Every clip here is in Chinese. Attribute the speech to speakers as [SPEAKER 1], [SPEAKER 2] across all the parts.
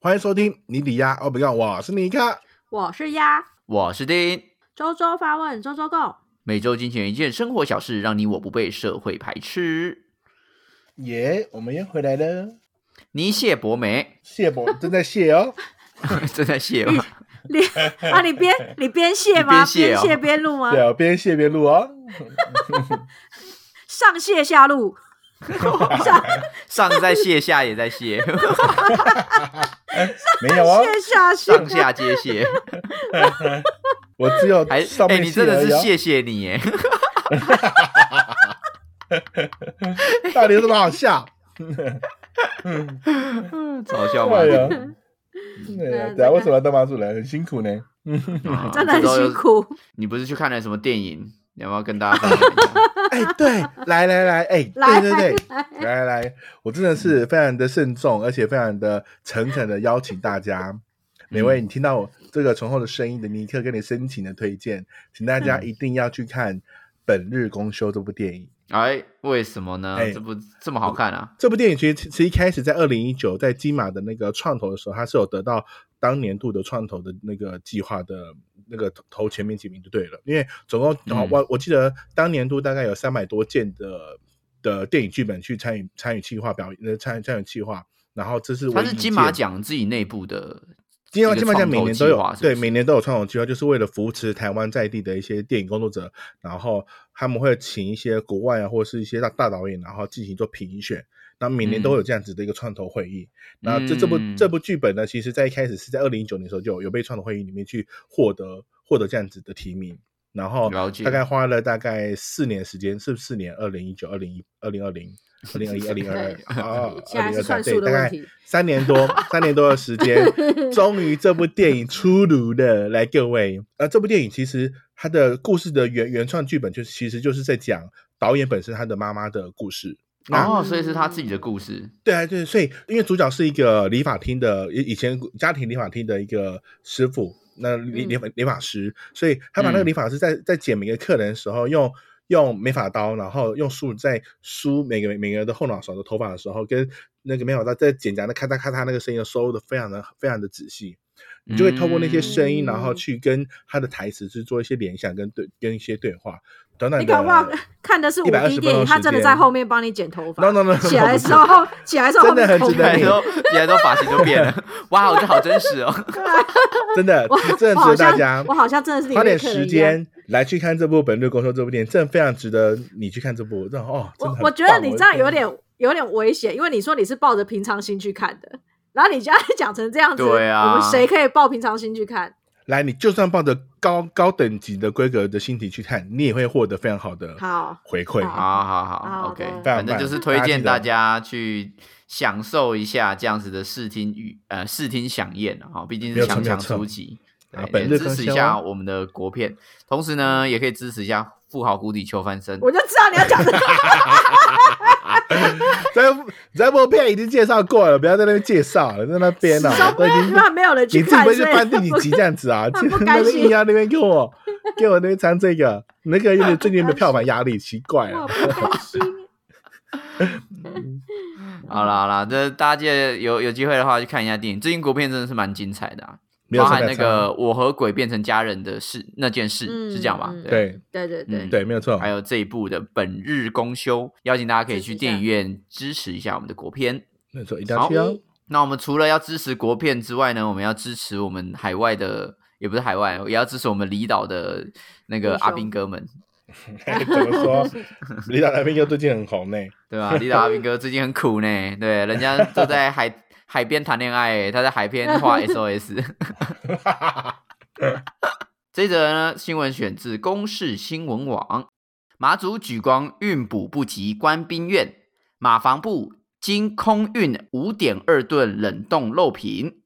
[SPEAKER 1] 欢迎收听尼里亚奥比干，哦我是尼克。
[SPEAKER 2] 我是鸭，
[SPEAKER 3] 我是丁，
[SPEAKER 2] 周周发问，周周共。
[SPEAKER 3] 每周精选一件生活小事，让你我不被社会排斥。
[SPEAKER 1] 耶、我们又回来了，
[SPEAKER 3] 你谢博梅
[SPEAKER 1] 谢 博正在谢哦。
[SPEAKER 3] 正在谢吗？
[SPEAKER 2] 你啊，你边你边谢
[SPEAKER 3] 你
[SPEAKER 2] 吗？
[SPEAKER 3] 边谢
[SPEAKER 2] 边
[SPEAKER 3] 哦
[SPEAKER 2] 谢边录吗
[SPEAKER 1] 对？啊，边谢边录哦。
[SPEAKER 2] 上谢下录，上
[SPEAKER 3] 上在谢，下也在 谢，
[SPEAKER 1] 没有哦，
[SPEAKER 2] 谢下谢。
[SPEAKER 3] 上下皆谢，
[SPEAKER 1] 我只有
[SPEAKER 3] 还
[SPEAKER 1] 上
[SPEAKER 3] 哎、
[SPEAKER 1] 面
[SPEAKER 3] 你真的
[SPEAKER 1] 而已
[SPEAKER 3] 是
[SPEAKER 1] 哦。
[SPEAKER 3] 谢谢你耶！
[SPEAKER 1] 到底有什么好笑？
[SPEAKER 3] 嘲笑吗？
[SPEAKER 1] 对啊 呀，对啊
[SPEAKER 2] 嗯
[SPEAKER 1] 对啊，
[SPEAKER 2] 这个
[SPEAKER 1] 为什么要当马主人？很辛苦呢。
[SPEAKER 3] 啊
[SPEAKER 2] 真的很
[SPEAKER 3] 这周又
[SPEAKER 2] 辛苦，
[SPEAKER 3] 你不是去看了什么电影？你要不要跟大家分享一下？
[SPEAKER 1] 哎，对，来来来，哎，
[SPEAKER 2] 来
[SPEAKER 1] 对对对，来来来，我真的是非常的慎重，而且非常的诚恳的邀请大家，每位你听到我这个醇厚的声音的尼克跟你深情的推荐，请大家一定要去看《本日公休》这部电影。
[SPEAKER 3] 哎，为什么呢？
[SPEAKER 1] 哎
[SPEAKER 3] 这不这么好看啊？
[SPEAKER 1] 这部电影其实其实一开始在二零一九在金马的那个创投的时候，它是有得到当年度的创投的那个计划的那个投投前面几名就对了，因为总共、
[SPEAKER 3] 嗯
[SPEAKER 1] 我我记得当年度大概有三百多件的的电影剧本去参与参与计划表演，呃参与参与计划，然后这是
[SPEAKER 3] 它
[SPEAKER 1] 唯一
[SPEAKER 3] 是
[SPEAKER 1] 一
[SPEAKER 3] 金马
[SPEAKER 1] 件
[SPEAKER 3] 奖自己内部的一
[SPEAKER 1] 金马
[SPEAKER 3] 个创投计划，
[SPEAKER 1] 金马奖每年都有，
[SPEAKER 3] 是不
[SPEAKER 1] 对，
[SPEAKER 3] 是
[SPEAKER 1] 每年都有创投计划，就是为了扶持台湾在地的一些电影工作者，然后他们会请一些国外啊，或是一些大大导演，然后进行做评选。那每年都有这样子的一个创投会议。那啊这这部
[SPEAKER 3] 嗯
[SPEAKER 1] 这部剧本呢，其实在一开始是在二零一九年的时候就有有被创投会议里面去获得获得这样子的提名，然后
[SPEAKER 3] 了解
[SPEAKER 1] 大概花了大概四年时间，是不是四年？二零一九、二零一、二零二零、二零二一、二零二二
[SPEAKER 2] 对
[SPEAKER 1] 啊，
[SPEAKER 2] 现在
[SPEAKER 1] 2023
[SPEAKER 2] 是算数的
[SPEAKER 1] 对大
[SPEAKER 2] 问
[SPEAKER 1] 概
[SPEAKER 2] 题
[SPEAKER 1] 三年多，三年多的时间， 终于这部电影出炉了。来，各位，呃，这部电影其实它的故事的原原创剧本就是其实就是在讲导演本身他的妈妈的故事。那
[SPEAKER 3] 哦，所以是他自己的故事。
[SPEAKER 1] 对啊，对，所以因为主角是一个理发厅的，以以前家庭理发厅的一个师傅，那理
[SPEAKER 2] 嗯
[SPEAKER 1] 理发理发师，所以他把那个
[SPEAKER 3] 嗯
[SPEAKER 1] 理发师在在剪每个客人的时候，用用美发刀，然后用梳子在梳每个每个人的后脑勺的头发的时候，跟那个美发刀在剪夹的咔嚓咔嚓那个声音收的非常的非常的仔细，你就会透过那些声音，然后
[SPEAKER 2] 嗯
[SPEAKER 1] 去跟他的台词去做一些联想跟对跟一些对话。短短
[SPEAKER 2] 你
[SPEAKER 1] 的
[SPEAKER 2] 搞不好 看的是
[SPEAKER 1] 120
[SPEAKER 2] 五 D 电
[SPEAKER 1] 分钟
[SPEAKER 2] 影，他
[SPEAKER 1] 时
[SPEAKER 2] 真的
[SPEAKER 1] 间
[SPEAKER 2] 在后面帮你剪头发。
[SPEAKER 1] No, no, no, no,
[SPEAKER 2] 起来的时候， 起来的时候
[SPEAKER 1] 真的很
[SPEAKER 2] 后面
[SPEAKER 1] 值得
[SPEAKER 3] 来
[SPEAKER 1] 你
[SPEAKER 2] 空白
[SPEAKER 3] 之后，起来之后发型就变了， 哇，我这好真实哦！
[SPEAKER 1] 真的
[SPEAKER 2] 我
[SPEAKER 1] 真的值
[SPEAKER 2] 我
[SPEAKER 1] 得
[SPEAKER 2] 好
[SPEAKER 1] 大
[SPEAKER 2] 像
[SPEAKER 1] 家。
[SPEAKER 2] 我好像真的是
[SPEAKER 1] 花
[SPEAKER 2] 里
[SPEAKER 1] 点
[SPEAKER 2] 面的客
[SPEAKER 1] 时
[SPEAKER 2] 人一样。
[SPEAKER 1] 间来去看这部《本日公休》这部电影，真的非常值得你去看这部。真的哦，真的
[SPEAKER 2] 我
[SPEAKER 1] 很
[SPEAKER 2] 我觉得
[SPEAKER 1] 棒
[SPEAKER 2] 你这样有点有点危险，因为你说你是抱着平常心去看的，然后你这样 讲成这样子，
[SPEAKER 3] 对啊
[SPEAKER 2] 我们谁可以抱平常心去看？
[SPEAKER 1] 来，你就算抱着高高等级的规格的心情去看，你也会获得非常好的
[SPEAKER 2] 好，
[SPEAKER 1] 回馈。
[SPEAKER 2] 好
[SPEAKER 3] 好好好
[SPEAKER 2] 好
[SPEAKER 3] ，OK，
[SPEAKER 2] 的
[SPEAKER 3] 反正就是推荐大家去享受一下这样子的视听与呃视听享宴啊，毕竟
[SPEAKER 1] 没
[SPEAKER 3] 是
[SPEAKER 1] 有错
[SPEAKER 3] 强强
[SPEAKER 1] 没有错
[SPEAKER 3] 出击，
[SPEAKER 1] 啊
[SPEAKER 3] 对
[SPEAKER 1] 本日
[SPEAKER 3] 也
[SPEAKER 1] 更
[SPEAKER 3] 支持一
[SPEAKER 1] 新哦嗯
[SPEAKER 3] 下我们的国片，同时呢，也可以支持一下富豪谷底求翻身。
[SPEAKER 2] 我就知道你要讲 这个。
[SPEAKER 1] 这部这部片已经介绍过了，不要在那边介绍了，在那边呢、啊，
[SPEAKER 2] 收
[SPEAKER 1] 都已经
[SPEAKER 2] 因为没有人
[SPEAKER 1] 你
[SPEAKER 2] 去
[SPEAKER 1] 自己
[SPEAKER 2] 看，
[SPEAKER 1] 不
[SPEAKER 2] 所
[SPEAKER 1] 会去翻第几集
[SPEAKER 2] 以
[SPEAKER 1] 这样子啊？
[SPEAKER 2] 很不
[SPEAKER 1] 在那
[SPEAKER 2] 甘
[SPEAKER 1] 边
[SPEAKER 2] 心
[SPEAKER 1] 硬要那边给我给我那边掺这个，那个有点最近的票房压力，奇怪
[SPEAKER 2] 我
[SPEAKER 1] 了。
[SPEAKER 2] 不甘 心。
[SPEAKER 3] 好啦好啦，这大家记得有有机会的话去看一下电影，最近国片真的是蛮精彩的啊，
[SPEAKER 1] 没有
[SPEAKER 3] 包
[SPEAKER 1] 错
[SPEAKER 3] 含
[SPEAKER 1] 没
[SPEAKER 3] 那
[SPEAKER 1] 有错
[SPEAKER 3] 个我和鬼变成家人的事那件事是这样吧
[SPEAKER 2] 嗯？嗯
[SPEAKER 1] 对
[SPEAKER 2] 对对对，
[SPEAKER 3] 嗯
[SPEAKER 1] 对，没有错
[SPEAKER 3] 还。有这一部的《本日公休》，邀请大家可以去
[SPEAKER 2] 支持一下
[SPEAKER 3] 电影院支持一下我们的国片。
[SPEAKER 1] 没有错，一定要去哦。
[SPEAKER 3] 那我们除了要支持国片之外呢，我们要支持我们海外的，也不是海外，也要支持我们离岛的那个
[SPEAKER 2] 英雄
[SPEAKER 3] 阿兵哥们，
[SPEAKER 1] 怎么说？李导那边又最近很红呢、
[SPEAKER 3] 对吧、离岛阿兵哥最近很苦呢，对，人家都在海海边谈恋爱欸，他在海边画 SOS。这则呢新闻选自公视新闻网，马祖举光运补不及官兵院，马防部经空运五点二吨冷冻肉品。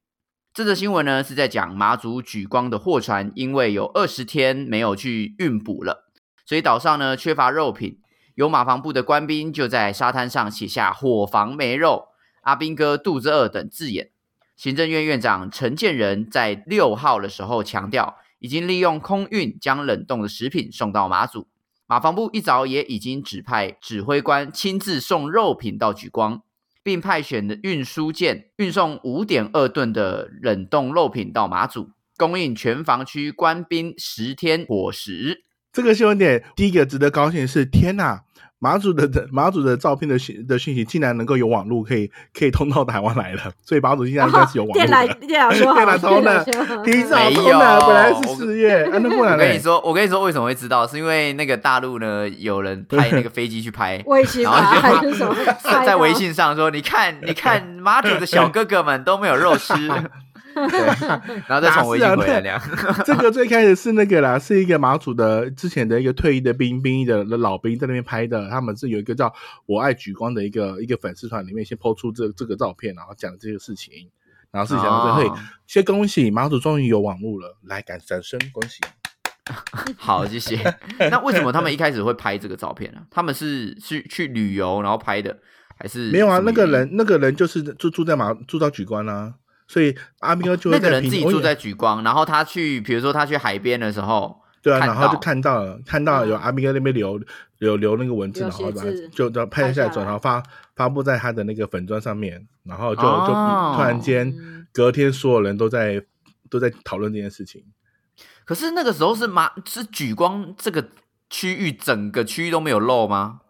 [SPEAKER 3] 这则新闻呢是在讲马祖举光的货船，因为有二十天没有去运补了，所以岛上呢缺乏肉品。有马防部的官兵就在沙滩上写下“伙房没肉”、“阿兵哥肚子饿”等字眼。行政院院长陈建仁在六号的时候强调，已经利用空运将冷冻的食品送到马祖。马防部一早也已经指派指挥官亲自送肉品到莒光，并派遣的运输舰运送五点二吨的冷冻肉品到马祖，供应全防区官兵十天伙食。
[SPEAKER 1] 这个新闻点，第一个值得高兴的是，天哪！马祖的马祖的照片的讯的讯息竟然能够有网路，可以可以通到台湾来了，所以马祖现在应该是有网路
[SPEAKER 2] 哦电缆
[SPEAKER 1] 的。
[SPEAKER 2] 电缆说好，
[SPEAKER 1] 电缆通了
[SPEAKER 2] 电缆 说好，
[SPEAKER 1] 第一次啊好
[SPEAKER 3] 没
[SPEAKER 1] 通
[SPEAKER 3] 有
[SPEAKER 1] 了，本来
[SPEAKER 3] 我
[SPEAKER 1] 是四 月，啊，那不
[SPEAKER 3] 我
[SPEAKER 1] 然
[SPEAKER 3] 跟你
[SPEAKER 1] 嘞？
[SPEAKER 3] 说，我跟你说为什么会知道，是因为那个大陆呢有人派那个飞机去拍
[SPEAKER 2] 卫星
[SPEAKER 3] 然
[SPEAKER 2] 吧
[SPEAKER 3] 后就
[SPEAKER 2] 还是什么？
[SPEAKER 3] 在微 信上说，你看你看马祖的小哥哥们都没有肉 吃，然后再从微
[SPEAKER 1] 啊
[SPEAKER 3] 信回来量。
[SPEAKER 1] 这个最开始是那个啦，是一个马祖的之前的一个退役的兵兵役的老兵在那边拍的，他们是有一个叫“我爱举光”的一个一个粉丝团里面先抛出这这个照片，然后讲这个事情，然后事情讲到最后
[SPEAKER 3] 哦，
[SPEAKER 1] 先恭喜马祖终于有网路了，来感掌声恭喜。
[SPEAKER 3] 嗯好，谢谢。那为什么他们一开始会拍这个照片呢、他们是是去旅游然后拍的，还是
[SPEAKER 1] 没有啊，
[SPEAKER 3] 什么
[SPEAKER 1] 那个
[SPEAKER 3] 原因
[SPEAKER 1] 人那个人就是住住在马住到举关啊，所以阿兵哥就会
[SPEAKER 3] 那个
[SPEAKER 1] 在哦
[SPEAKER 3] 人
[SPEAKER 1] 平
[SPEAKER 3] 自己
[SPEAKER 1] 我
[SPEAKER 3] 住
[SPEAKER 1] 也
[SPEAKER 3] 在莒光，然后他去，比如说他去海边的时候，
[SPEAKER 1] 对啊，
[SPEAKER 3] 看
[SPEAKER 1] 然后就
[SPEAKER 3] 到
[SPEAKER 1] 看到了看到有
[SPEAKER 2] 嗯
[SPEAKER 1] 阿兵哥那边留留留那个文字，
[SPEAKER 2] 有
[SPEAKER 1] 然后
[SPEAKER 2] 写
[SPEAKER 1] 把
[SPEAKER 2] 字
[SPEAKER 1] 就就拍
[SPEAKER 2] 拍
[SPEAKER 1] 下来
[SPEAKER 2] 下
[SPEAKER 1] 转，
[SPEAKER 2] 来
[SPEAKER 1] 然后发发布在他的那个粉砖上面，然后就就
[SPEAKER 3] 哦
[SPEAKER 1] 突然间
[SPEAKER 2] 嗯
[SPEAKER 1] 隔天所有人都在都在讨论这件事情，
[SPEAKER 3] 可是那个时候是马是莒光这个区域整个区域都没有漏吗？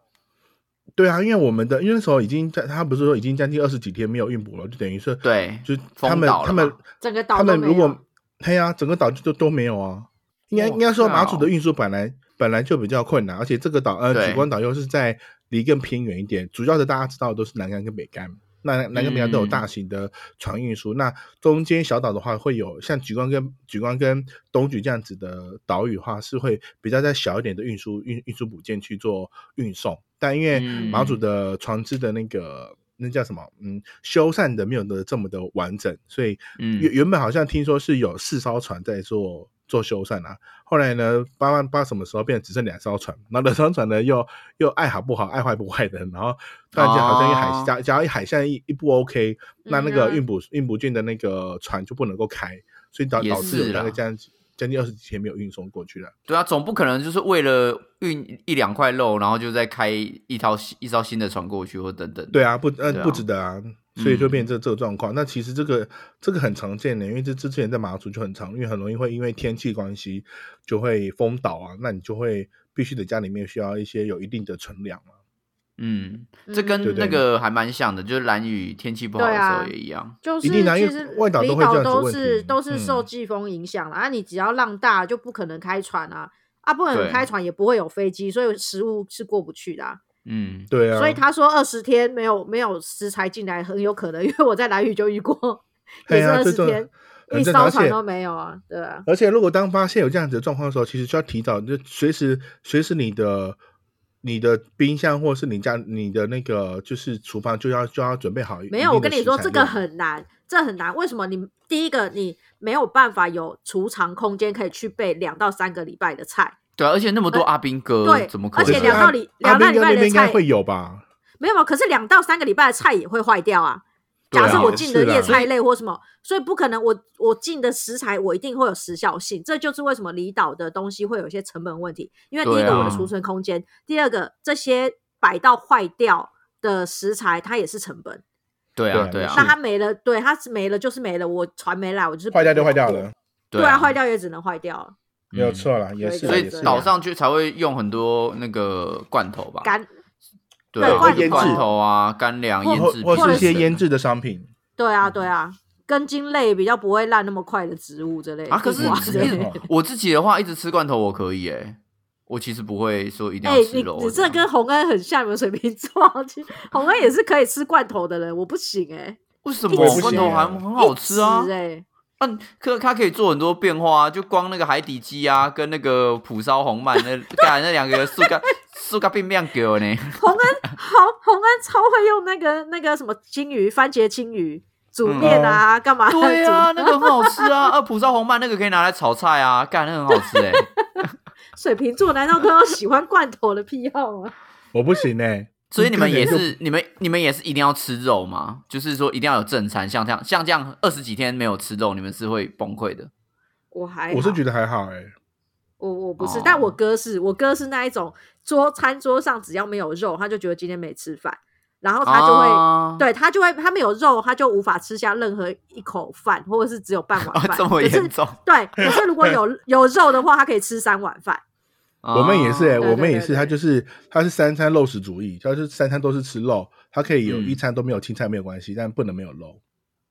[SPEAKER 1] 对啊，因为我们的因为那时候已经在他不是说已经将近二十几天没有运补了，就等于是
[SPEAKER 3] 对，
[SPEAKER 1] 就
[SPEAKER 3] 封
[SPEAKER 1] 他们
[SPEAKER 3] 岛了
[SPEAKER 1] 他们
[SPEAKER 3] 吧
[SPEAKER 2] 整个岛
[SPEAKER 1] 他
[SPEAKER 2] 都
[SPEAKER 1] 们
[SPEAKER 2] 没
[SPEAKER 1] 如
[SPEAKER 2] 有
[SPEAKER 1] 果对呀、整个岛就都都没有啊。应该
[SPEAKER 3] 哇
[SPEAKER 1] 应该说马祖
[SPEAKER 3] 靠
[SPEAKER 1] 的运输本来本来就比较困难，而且这个岛呃
[SPEAKER 3] 对
[SPEAKER 1] 莒光岛又是在离更偏远一点，主要的大家知道的都是南竿跟北竿。那南竿、北竿都有
[SPEAKER 3] 嗯
[SPEAKER 1] 大型的船运输，那中间小岛的话会有像莒光跟莒光跟东莒这样子的岛屿的话，是会比较在小一点的运输运运输补件去做运送。但因为
[SPEAKER 3] 嗯
[SPEAKER 1] 马祖的船只的那个那叫什么，嗯，修缮的没有的这么的完整，所以
[SPEAKER 3] 嗯
[SPEAKER 1] 原原本好像听说是有四艘船在做做修缮啊，后来呢，八万八什么时候变成只剩两艘船，然后两艘船呢又又爱好不好，爱坏不坏的，然后突然间好像一海
[SPEAKER 3] 哦
[SPEAKER 1] 假假如一海现在一一不 OK，那那个
[SPEAKER 2] 嗯啊
[SPEAKER 1] 运补运补舰的那个船就不能够开，所以导
[SPEAKER 3] 也
[SPEAKER 1] 导致
[SPEAKER 3] 是
[SPEAKER 1] 有大概
[SPEAKER 3] 啦
[SPEAKER 1] 将近将近二十几天没有运送过去了。
[SPEAKER 3] 对啊，总不可能就是为了运一两块肉，然后就再开一套一艘新的船过去或等等。
[SPEAKER 1] 对啊，不呃、
[SPEAKER 3] 对啊
[SPEAKER 1] 不值得啊，所以就
[SPEAKER 2] 嗯
[SPEAKER 1] 变成这这个状况。那其实这个这个很常见的，因为这之前在马祖就很常，因为很容易会因为天气关系就会封岛啊，那你就会必须得家里面需要一些有一定的存粮啊。
[SPEAKER 3] 嗯，
[SPEAKER 2] 嗯
[SPEAKER 3] 这
[SPEAKER 1] 对
[SPEAKER 3] 跟
[SPEAKER 1] 对
[SPEAKER 3] 那个还蛮像的，就是蓝雨天气不好的
[SPEAKER 2] 对
[SPEAKER 3] 时
[SPEAKER 2] 啊
[SPEAKER 3] 候也一样。
[SPEAKER 2] 就是
[SPEAKER 1] 一定的啊因
[SPEAKER 2] 其
[SPEAKER 1] 为
[SPEAKER 2] 实
[SPEAKER 1] 外岛都
[SPEAKER 2] 离
[SPEAKER 1] 会这
[SPEAKER 2] 岛
[SPEAKER 1] 样子的
[SPEAKER 2] 都
[SPEAKER 1] 问
[SPEAKER 2] 是
[SPEAKER 1] 题
[SPEAKER 2] 都是受
[SPEAKER 1] 嗯
[SPEAKER 2] 季风影响了、啊，你只要浪大就不可能开船啊，啊不可
[SPEAKER 3] 对
[SPEAKER 2] 能开船也不会有飞机，所以食物是过不去的、啊。
[SPEAKER 3] 嗯，
[SPEAKER 1] 对啊，
[SPEAKER 2] 所以他说二十天没有没有食材进来很有可能，因为我在蓝屿就遇过，
[SPEAKER 1] 嘿
[SPEAKER 2] 也是
[SPEAKER 1] 啊
[SPEAKER 2] 二
[SPEAKER 1] 这
[SPEAKER 2] 十
[SPEAKER 1] 种
[SPEAKER 2] 天，
[SPEAKER 1] 很
[SPEAKER 2] 一
[SPEAKER 1] 正常
[SPEAKER 2] 艘
[SPEAKER 1] 而
[SPEAKER 2] 船
[SPEAKER 1] 且
[SPEAKER 2] 都没有啊，对啊，
[SPEAKER 1] 而且，如果当发现有这样子的状况的时候，其实就要提早，就随时随时你的你的冰箱或是你家你的那个就是厨房就要就要准备好一定的食材
[SPEAKER 2] 没
[SPEAKER 1] 用。
[SPEAKER 2] 有，我跟你说这个很难，这很难。为什么你？第一个，你没有办法有储藏空间，可以去备两到三个礼拜的菜。
[SPEAKER 3] 对啊，而且那么多
[SPEAKER 2] 呃
[SPEAKER 3] 阿兵哥，
[SPEAKER 2] 对
[SPEAKER 3] 怎么可
[SPEAKER 2] 而且
[SPEAKER 3] 能？
[SPEAKER 2] 两到礼
[SPEAKER 1] 阿
[SPEAKER 2] 两
[SPEAKER 1] 兵哥
[SPEAKER 2] 到礼拜
[SPEAKER 1] 啊那
[SPEAKER 2] 的
[SPEAKER 1] 边应该
[SPEAKER 2] 菜
[SPEAKER 1] 会有吧？
[SPEAKER 2] 没有，可是两到三个礼拜的菜也会坏掉啊。假
[SPEAKER 3] 对
[SPEAKER 2] 设
[SPEAKER 3] 啊
[SPEAKER 2] 我进的
[SPEAKER 1] 是啦
[SPEAKER 2] 叶菜类或什么，所以不可能我我进的食材我一定会有时效性，这就是为什么离岛的东西会有一些成本问题。因为第一
[SPEAKER 3] 对
[SPEAKER 2] 个
[SPEAKER 3] 啊
[SPEAKER 2] 我的储存空间，第二个这些摆到坏掉的食材它也是成本，
[SPEAKER 3] 对啊，
[SPEAKER 1] 对
[SPEAKER 3] 对
[SPEAKER 1] 啊
[SPEAKER 3] 啊，
[SPEAKER 2] 那它没了，对它是没了就是没了，我船没来，我就是
[SPEAKER 1] 坏掉就坏掉了，，
[SPEAKER 2] 对啊，坏掉也只能坏掉了，
[SPEAKER 3] 嗯
[SPEAKER 1] 没有错啦，也
[SPEAKER 2] 所
[SPEAKER 3] 所以
[SPEAKER 1] 是啦。
[SPEAKER 2] 以就
[SPEAKER 1] 也是啦
[SPEAKER 3] 岛上去才会用很多那个罐头吧，
[SPEAKER 2] 干
[SPEAKER 3] 对啊，
[SPEAKER 2] 对罐
[SPEAKER 3] 或者罐
[SPEAKER 2] 头
[SPEAKER 3] 头啊、干粮、
[SPEAKER 2] 或
[SPEAKER 3] 腌
[SPEAKER 1] 或
[SPEAKER 3] 制
[SPEAKER 1] 或
[SPEAKER 3] 品
[SPEAKER 1] 是一些
[SPEAKER 3] 等等
[SPEAKER 1] 腌制的商品。
[SPEAKER 2] 对
[SPEAKER 3] 嗯
[SPEAKER 2] 啊对啊，根茎类比较不会烂那么快的植物之类
[SPEAKER 3] 啊。可是
[SPEAKER 2] 地瓜
[SPEAKER 1] 是
[SPEAKER 2] 之类的
[SPEAKER 1] 哇
[SPEAKER 3] 我自己的话，一直吃罐头我可以诶，我其实不会说一定
[SPEAKER 2] 哎、
[SPEAKER 3] 要吃
[SPEAKER 2] 你
[SPEAKER 3] 肉。啊
[SPEAKER 2] 你这跟洪恩很像，你们水瓶座，其实洪恩也是可以吃罐头的人，我不行哎、
[SPEAKER 3] 为什
[SPEAKER 2] 我也
[SPEAKER 3] 么
[SPEAKER 2] 不
[SPEAKER 3] 罐
[SPEAKER 2] 行
[SPEAKER 3] 头还
[SPEAKER 1] 欸
[SPEAKER 3] 很好吃啊
[SPEAKER 2] 一直？哎、
[SPEAKER 3] 啊，可它可以做很多变化啊，就光那个海底鸡啊，跟那个蒲烧红鳗那干那两个塑胶塑胶变变狗呢。
[SPEAKER 2] 洪恩好，洪恩超会用那个那个什么金鱼，番茄金鱼煮面啊，干、嘛？
[SPEAKER 3] 嗯对啊，
[SPEAKER 2] 煮
[SPEAKER 3] 那个很好吃啊，啊，蒲烧红鳗那个可以拿来炒菜啊，干那个很好吃哎。
[SPEAKER 2] 水瓶座难道都有喜欢罐头的癖好吗？
[SPEAKER 1] 我不行呢、
[SPEAKER 3] 所以你们也
[SPEAKER 1] 根本
[SPEAKER 3] 是，你们你们也是一定要吃肉吗？就是说一定要有正餐，像这样像这样二十几天没有吃肉，你们是会崩溃的。
[SPEAKER 2] 我还
[SPEAKER 1] 就，我是觉
[SPEAKER 2] 得
[SPEAKER 1] 得还好哎、
[SPEAKER 2] 我我不是，
[SPEAKER 3] 哦
[SPEAKER 2] 但我哥是我哥是那一种桌餐桌上只要没有肉，他就觉得今天没吃饭。然后他就会、
[SPEAKER 3] 哦
[SPEAKER 2] 对他就会他没有肉，他就无法吃下任何一口饭，或者是只有半碗
[SPEAKER 3] 哦
[SPEAKER 2] 饭。
[SPEAKER 3] 这么
[SPEAKER 2] 可是
[SPEAKER 3] 严重，
[SPEAKER 2] 对，可是如果 有有肉的话，他可以吃三碗饭。
[SPEAKER 1] 我们也是哎、
[SPEAKER 3] 哦
[SPEAKER 2] 对
[SPEAKER 1] 我们也
[SPEAKER 2] 对对
[SPEAKER 1] 是，他就是他是三餐肉食主义，他是三餐都是吃肉，他可以有
[SPEAKER 3] 嗯
[SPEAKER 1] 一餐都没有青菜没有关系，但不能没有肉。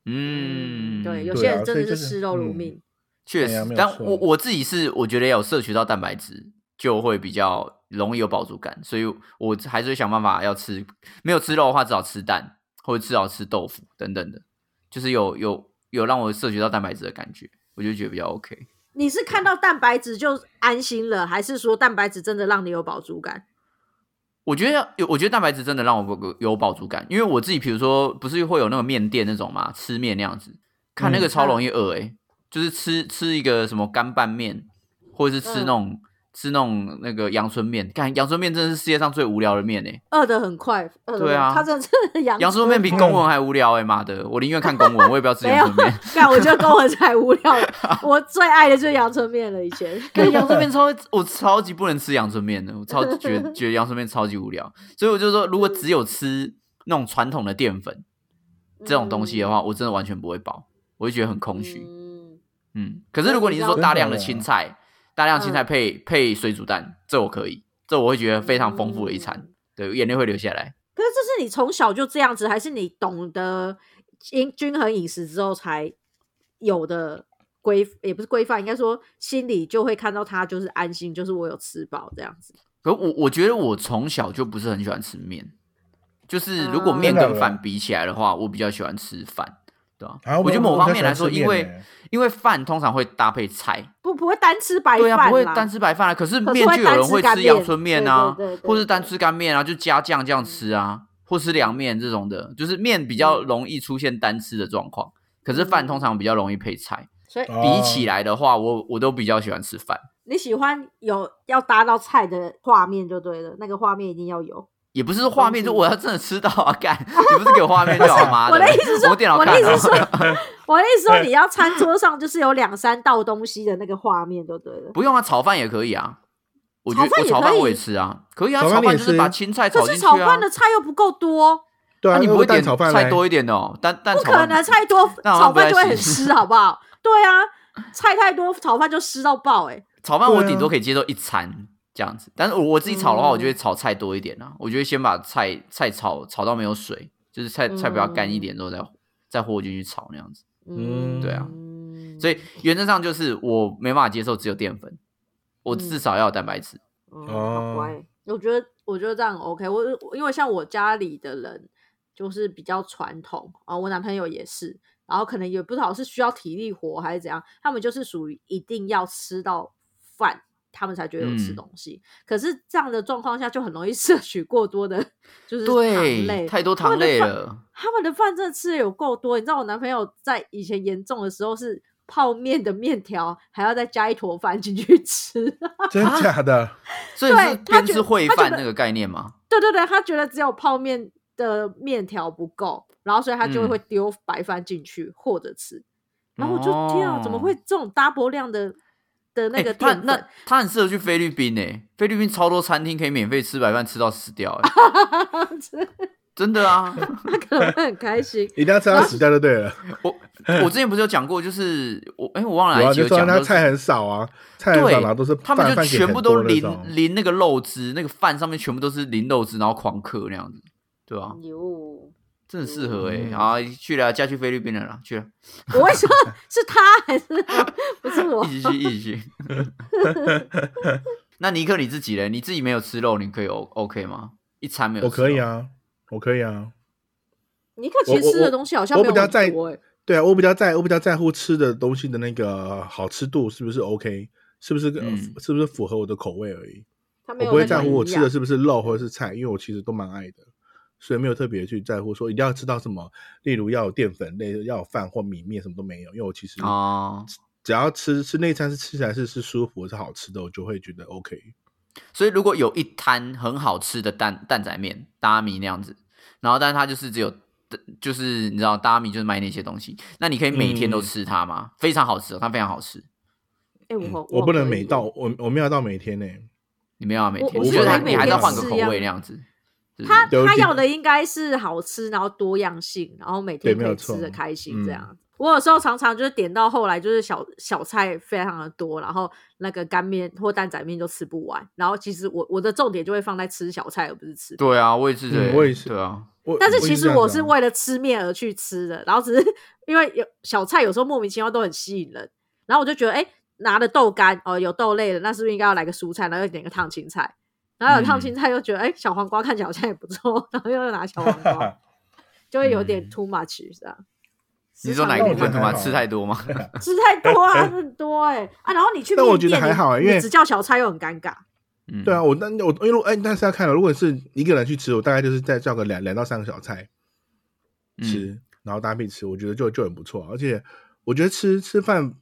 [SPEAKER 3] 嗯，
[SPEAKER 2] 对，有
[SPEAKER 1] 对
[SPEAKER 2] 些
[SPEAKER 1] 啊
[SPEAKER 2] 人真
[SPEAKER 1] 所以这
[SPEAKER 2] 的是
[SPEAKER 1] 是
[SPEAKER 2] 视肉如
[SPEAKER 1] 嗯
[SPEAKER 2] 命。
[SPEAKER 3] 确
[SPEAKER 1] 哎呀
[SPEAKER 3] 实，
[SPEAKER 1] 没有
[SPEAKER 3] 但
[SPEAKER 1] 错
[SPEAKER 3] 我我自己是我觉得有摄取到蛋白质就会比较容易有饱足感，所以我还是会想办法要吃，没有吃肉的话至少吃蛋或者至少吃豆腐等等的，就是有有有让我摄取到蛋白质的感觉，我就觉得比较 OK。
[SPEAKER 2] 你是看到蛋白质就安心了，还是说蛋白质真的让你有饱足感？
[SPEAKER 3] 我觉得有，我觉得蛋白质真的让我有饱足感，因为我自己比如说不是会有那个面店那种嘛，吃面那样子，看
[SPEAKER 2] 嗯
[SPEAKER 3] 那个超容易饿诶、就是吃吃一个什么干拌面，或者是
[SPEAKER 2] 嗯
[SPEAKER 3] 吃那种、吃那种那个阳春面，看阳春面真的是世界上最无聊的面诶、
[SPEAKER 2] 饿得很快，饿得
[SPEAKER 3] 对啊
[SPEAKER 2] 他真的是 阳
[SPEAKER 3] 阳春面比公文还无聊诶、欸妈的，我宁愿看公文，我也不要吃
[SPEAKER 2] 没
[SPEAKER 3] 阳
[SPEAKER 2] 有
[SPEAKER 3] 春 面。，
[SPEAKER 2] 但我觉得公文才无聊。 我最爱的就是阳春面了，以前。
[SPEAKER 3] 跟阳春面超，我超级不能吃阳春面的，我超级觉得觉得阳春面超级无聊，所以我就说，如果只有吃那种传统的淀粉 这种东西的话，我真的完全不会饱，我就觉得很空虚。
[SPEAKER 2] 嗯，
[SPEAKER 3] 嗯，可是如果你是说大量的青菜，大量青菜
[SPEAKER 2] 嗯
[SPEAKER 3] 配、配水煮蛋，这我可以，这我会觉得非常丰富的一餐，
[SPEAKER 2] 嗯
[SPEAKER 3] 对，眼泪会流下来。
[SPEAKER 2] 可是这是你从小就这样子，还是你懂得均均衡饮食之后才有的规，也不是规范，应该说心里就会看到它就是安心，就是我有吃饱这样子。
[SPEAKER 3] 可我我觉得我从小就不是很喜欢吃面，就是如果
[SPEAKER 2] 啊
[SPEAKER 3] 面
[SPEAKER 1] 真的
[SPEAKER 3] 跟
[SPEAKER 1] 吗
[SPEAKER 3] 饭比起来的话，我比较喜欢吃饭，对吧、
[SPEAKER 1] 啊
[SPEAKER 3] 我觉得某
[SPEAKER 1] 比较
[SPEAKER 3] 方面
[SPEAKER 1] 喜
[SPEAKER 3] 来
[SPEAKER 1] 欢吃
[SPEAKER 3] 说，因
[SPEAKER 1] 面
[SPEAKER 3] 为、
[SPEAKER 1] 欸
[SPEAKER 3] 因为饭通常会搭配菜，
[SPEAKER 2] 不不会单吃白
[SPEAKER 3] 对
[SPEAKER 2] 饭啦，
[SPEAKER 3] 啊，不会单吃白饭啊。可是
[SPEAKER 2] 可是
[SPEAKER 3] 面
[SPEAKER 2] 会
[SPEAKER 3] 就有人会
[SPEAKER 2] 单吃干
[SPEAKER 3] 吃阳春面啊
[SPEAKER 2] 面对对对对，对嗯
[SPEAKER 3] 或是单吃干面啊，就加酱这样吃啊，或吃凉面这种的，就是面比较容易出现单吃的状况。可是
[SPEAKER 2] 嗯
[SPEAKER 3] 饭通常比较容易配菜，
[SPEAKER 2] 所以
[SPEAKER 1] 哦
[SPEAKER 3] 比起来的话，我我都比较喜欢吃饭，
[SPEAKER 2] 你喜欢有要搭到菜的画面就对了，那个画面一定要有。
[SPEAKER 3] 也不是说画面，
[SPEAKER 2] 东
[SPEAKER 3] 就
[SPEAKER 2] 西
[SPEAKER 3] 我要真的吃到啊，干，你不是给我画面就好吗？
[SPEAKER 2] 我的意思是说
[SPEAKER 3] 我电脑
[SPEAKER 2] 我
[SPEAKER 3] 看
[SPEAKER 2] 的意思是
[SPEAKER 3] 啊，
[SPEAKER 2] 说，我的意思说，你要餐桌上就是有两三道东西的那个画面就对了。
[SPEAKER 3] 不用啊，炒饭也可以啊。我觉得我炒
[SPEAKER 2] 炒饭也可
[SPEAKER 3] 饭
[SPEAKER 2] 以
[SPEAKER 3] 我也吃啊，可以啊，
[SPEAKER 1] 炒
[SPEAKER 3] 炒
[SPEAKER 1] 饭你也
[SPEAKER 3] 饭就是
[SPEAKER 1] 吃
[SPEAKER 3] 把青菜
[SPEAKER 2] 可
[SPEAKER 3] 炒进
[SPEAKER 2] 是
[SPEAKER 3] 去
[SPEAKER 2] 炒
[SPEAKER 3] 啊
[SPEAKER 2] 饭。的菜又不那不够多，
[SPEAKER 1] 对
[SPEAKER 3] 那
[SPEAKER 1] 啊，
[SPEAKER 3] 你
[SPEAKER 1] 那
[SPEAKER 3] 不会
[SPEAKER 1] 个蛋
[SPEAKER 3] 点
[SPEAKER 1] 炒饭
[SPEAKER 3] 菜
[SPEAKER 1] 嘞
[SPEAKER 3] 多一 点的哦？蛋蛋
[SPEAKER 2] 不
[SPEAKER 3] 炒饭
[SPEAKER 2] 可能菜多，
[SPEAKER 3] 那好像
[SPEAKER 2] 炒饭
[SPEAKER 3] 不
[SPEAKER 2] 就
[SPEAKER 3] 太
[SPEAKER 2] 会很
[SPEAKER 3] 行
[SPEAKER 2] 湿，好不好？对啊，菜太多，炒饭就湿到爆、欸。
[SPEAKER 3] 炒饭我
[SPEAKER 1] 对啊
[SPEAKER 3] 顶多可以接受一餐这样子，但是我我自己炒的话，
[SPEAKER 2] 嗯
[SPEAKER 3] 我就会炒菜多一点啊。我就会先把菜菜炒炒到没有水，就是菜
[SPEAKER 2] 嗯
[SPEAKER 3] 菜比较干一点之后再再和进去炒那样子。
[SPEAKER 1] 嗯
[SPEAKER 3] 对啊，所以原则上就是我没办法接受只有淀粉，我
[SPEAKER 2] 嗯
[SPEAKER 3] 至少要有蛋白质。
[SPEAKER 2] 嗯，
[SPEAKER 1] 哦
[SPEAKER 2] 好乖。我觉得，我觉得这样很 OK 我。我因为像我家里的人就是比较传统啊，我男朋友也是，然后可能也不知道是需要体力活还是怎样，他们就是属于一定要吃到饭，他们才觉得有吃
[SPEAKER 3] 嗯
[SPEAKER 2] 东西。可是这样的状况下，就很容易 摄取过多的，就是糖
[SPEAKER 3] 对，
[SPEAKER 2] 类，
[SPEAKER 3] 太多
[SPEAKER 2] 他
[SPEAKER 3] 糖
[SPEAKER 2] 们的
[SPEAKER 3] 类
[SPEAKER 2] 饭
[SPEAKER 3] 了。
[SPEAKER 2] 他们的饭真的吃的有够多，你知道我男朋友在以前严重的时候是泡面的面条还要再加一坨饭进去吃，
[SPEAKER 1] 真假的？。
[SPEAKER 3] 所以是
[SPEAKER 2] 对他
[SPEAKER 3] 边吃
[SPEAKER 2] 觉得
[SPEAKER 3] 烩
[SPEAKER 2] 他觉
[SPEAKER 3] 饭
[SPEAKER 2] 得
[SPEAKER 3] 那个概念吗？
[SPEAKER 2] 对对对，他觉得只有泡面的面条不够，然后所以他就
[SPEAKER 3] 嗯
[SPEAKER 2] 会丢白饭进去或者吃，然后我就天啊，怎么
[SPEAKER 3] 哦
[SPEAKER 2] 会这种 double 量的的那
[SPEAKER 3] 欸
[SPEAKER 2] 个
[SPEAKER 3] 他
[SPEAKER 2] 淀粉？
[SPEAKER 3] 那他很适合去菲律宾诶，菲律宾超多餐厅可以免费吃白饭吃到死掉 诶，真的啊。
[SPEAKER 2] 他 可能会很开心
[SPEAKER 1] 一定要吃到死掉就对了。
[SPEAKER 3] 我我之前不是有讲过，就是我哎、我忘了
[SPEAKER 1] 有
[SPEAKER 3] 哪
[SPEAKER 1] 啊，
[SPEAKER 3] 一集
[SPEAKER 1] 就
[SPEAKER 3] 有
[SPEAKER 1] 说
[SPEAKER 3] 讲
[SPEAKER 1] 他
[SPEAKER 3] 到，
[SPEAKER 1] 菜很少啊，菜很少，然后
[SPEAKER 3] 对，
[SPEAKER 1] 都是
[SPEAKER 3] 他们
[SPEAKER 1] 饭
[SPEAKER 3] 就
[SPEAKER 1] 饭给
[SPEAKER 3] 全
[SPEAKER 1] 很
[SPEAKER 3] 部都
[SPEAKER 1] 多那
[SPEAKER 3] 淋
[SPEAKER 1] 种。
[SPEAKER 3] 淋那个肉汁，那个饭上面全部都是淋肉汁，然后狂嗑那样子，对吧、
[SPEAKER 2] 哟，
[SPEAKER 3] 真的适合哎、
[SPEAKER 1] 嗯
[SPEAKER 3] 啊去了，嫁去菲律宾了啦，去了，
[SPEAKER 2] 我会说是他 还是不是 我？
[SPEAKER 3] 一起去，一起去。 那尼克你自己嘞？你自己没有吃肉，你可以 O OK 吗？一餐没有，
[SPEAKER 1] 我可以。啊，我可以啊。
[SPEAKER 2] 尼克其
[SPEAKER 1] 我
[SPEAKER 2] 实
[SPEAKER 1] 我
[SPEAKER 2] 吃的
[SPEAKER 1] 我
[SPEAKER 2] 东西好像
[SPEAKER 1] 我
[SPEAKER 2] 没有
[SPEAKER 1] 比较在
[SPEAKER 2] 很多哎、
[SPEAKER 1] 对啊，我比较在我比较在乎吃的东西的那个好吃度是不是 OK，是不是、
[SPEAKER 3] 嗯
[SPEAKER 1] 是不是符合我的口味而已。
[SPEAKER 2] 他
[SPEAKER 1] 我
[SPEAKER 2] 没有
[SPEAKER 1] 不会
[SPEAKER 2] 那
[SPEAKER 1] 在
[SPEAKER 2] 种
[SPEAKER 1] 乎我
[SPEAKER 2] 营
[SPEAKER 1] 吃
[SPEAKER 2] 养
[SPEAKER 1] 的是不是肉或者是菜，因为我其实都蛮爱的，所以没有特别去在乎说一定要吃到什么，例如要有淀粉类，要有饭或米面什么都没有，因为我其实
[SPEAKER 3] 哦，
[SPEAKER 1] 只要吃吃那一餐是吃起来是是舒服是好吃的，我就会觉得 OK。
[SPEAKER 3] 所以如果有一摊很好吃的蛋蛋仔面、大米那样子，然后但是它就是只有，就是你知道大米就是卖那些东西，那你可以每
[SPEAKER 1] 嗯
[SPEAKER 3] 天都吃它吗？非常好吃哦，它非常好吃。
[SPEAKER 2] 哎、我好
[SPEAKER 1] 嗯我
[SPEAKER 2] 好
[SPEAKER 1] 不能
[SPEAKER 2] 可
[SPEAKER 1] 每
[SPEAKER 2] 以
[SPEAKER 1] 到我我没有到每天呢、
[SPEAKER 3] 你没有要每天，
[SPEAKER 2] 我
[SPEAKER 1] 我
[SPEAKER 3] 觉
[SPEAKER 1] 是
[SPEAKER 3] 得
[SPEAKER 1] 可以
[SPEAKER 3] 你还是要
[SPEAKER 1] 每天
[SPEAKER 3] 换个
[SPEAKER 2] 吃
[SPEAKER 3] 口
[SPEAKER 2] 呀
[SPEAKER 3] 味那样子，是
[SPEAKER 2] 他
[SPEAKER 1] 有
[SPEAKER 2] 他
[SPEAKER 1] 点
[SPEAKER 2] 要的应该是好吃，然后多样性，然后每
[SPEAKER 1] 对
[SPEAKER 2] 天
[SPEAKER 1] 没
[SPEAKER 2] 可
[SPEAKER 1] 有
[SPEAKER 2] 以吃
[SPEAKER 1] 错
[SPEAKER 2] 的开心这
[SPEAKER 1] 嗯
[SPEAKER 2] 样。我有时候常常就是点到后来就是小小菜非常的多，然后那个干面或蛋仔面就吃不完。然后其实我我的重点就会放在吃小菜，而不是吃。
[SPEAKER 3] 对啊，我也是这样、
[SPEAKER 1] 嗯我也是
[SPEAKER 3] 对啊，
[SPEAKER 1] 我
[SPEAKER 2] 但是其实我
[SPEAKER 1] 这
[SPEAKER 2] 是
[SPEAKER 1] 样子啊
[SPEAKER 2] 为了吃面而去吃的，然后只是因为有小菜有时候莫名其妙都很吸引人，然后我就觉得哎、诶拿了豆干哦有豆类的，那是不是应该要来个蔬菜，然后又点个烫青菜，然后有
[SPEAKER 1] 嗯
[SPEAKER 2] 烫青菜又觉得哎、诶小黄瓜看起来好像也不错，然后又拿小黄 瓜，就会有点
[SPEAKER 3] 嗯
[SPEAKER 2] too much 这样。
[SPEAKER 3] 你说哪一
[SPEAKER 1] 那
[SPEAKER 3] 部
[SPEAKER 1] 我觉
[SPEAKER 3] 分
[SPEAKER 1] 得
[SPEAKER 3] 他
[SPEAKER 1] 还
[SPEAKER 3] 妈
[SPEAKER 1] 好
[SPEAKER 3] 吃太多吗？
[SPEAKER 2] 吃太多 啊，很多哎、欸、啊！然后你去面
[SPEAKER 1] 但
[SPEAKER 2] 店，
[SPEAKER 1] 我觉得还好欸
[SPEAKER 2] 你
[SPEAKER 1] 因为
[SPEAKER 2] 你只叫小菜又很尴尬。
[SPEAKER 3] 嗯
[SPEAKER 1] 对啊，，我那我因为哎，但是要看了，如果是一个人去吃，我大概就是再叫个两两到三个小菜
[SPEAKER 3] 嗯
[SPEAKER 1] 吃，然后搭配吃，我觉得就就很不错。而且我觉得吃吃饭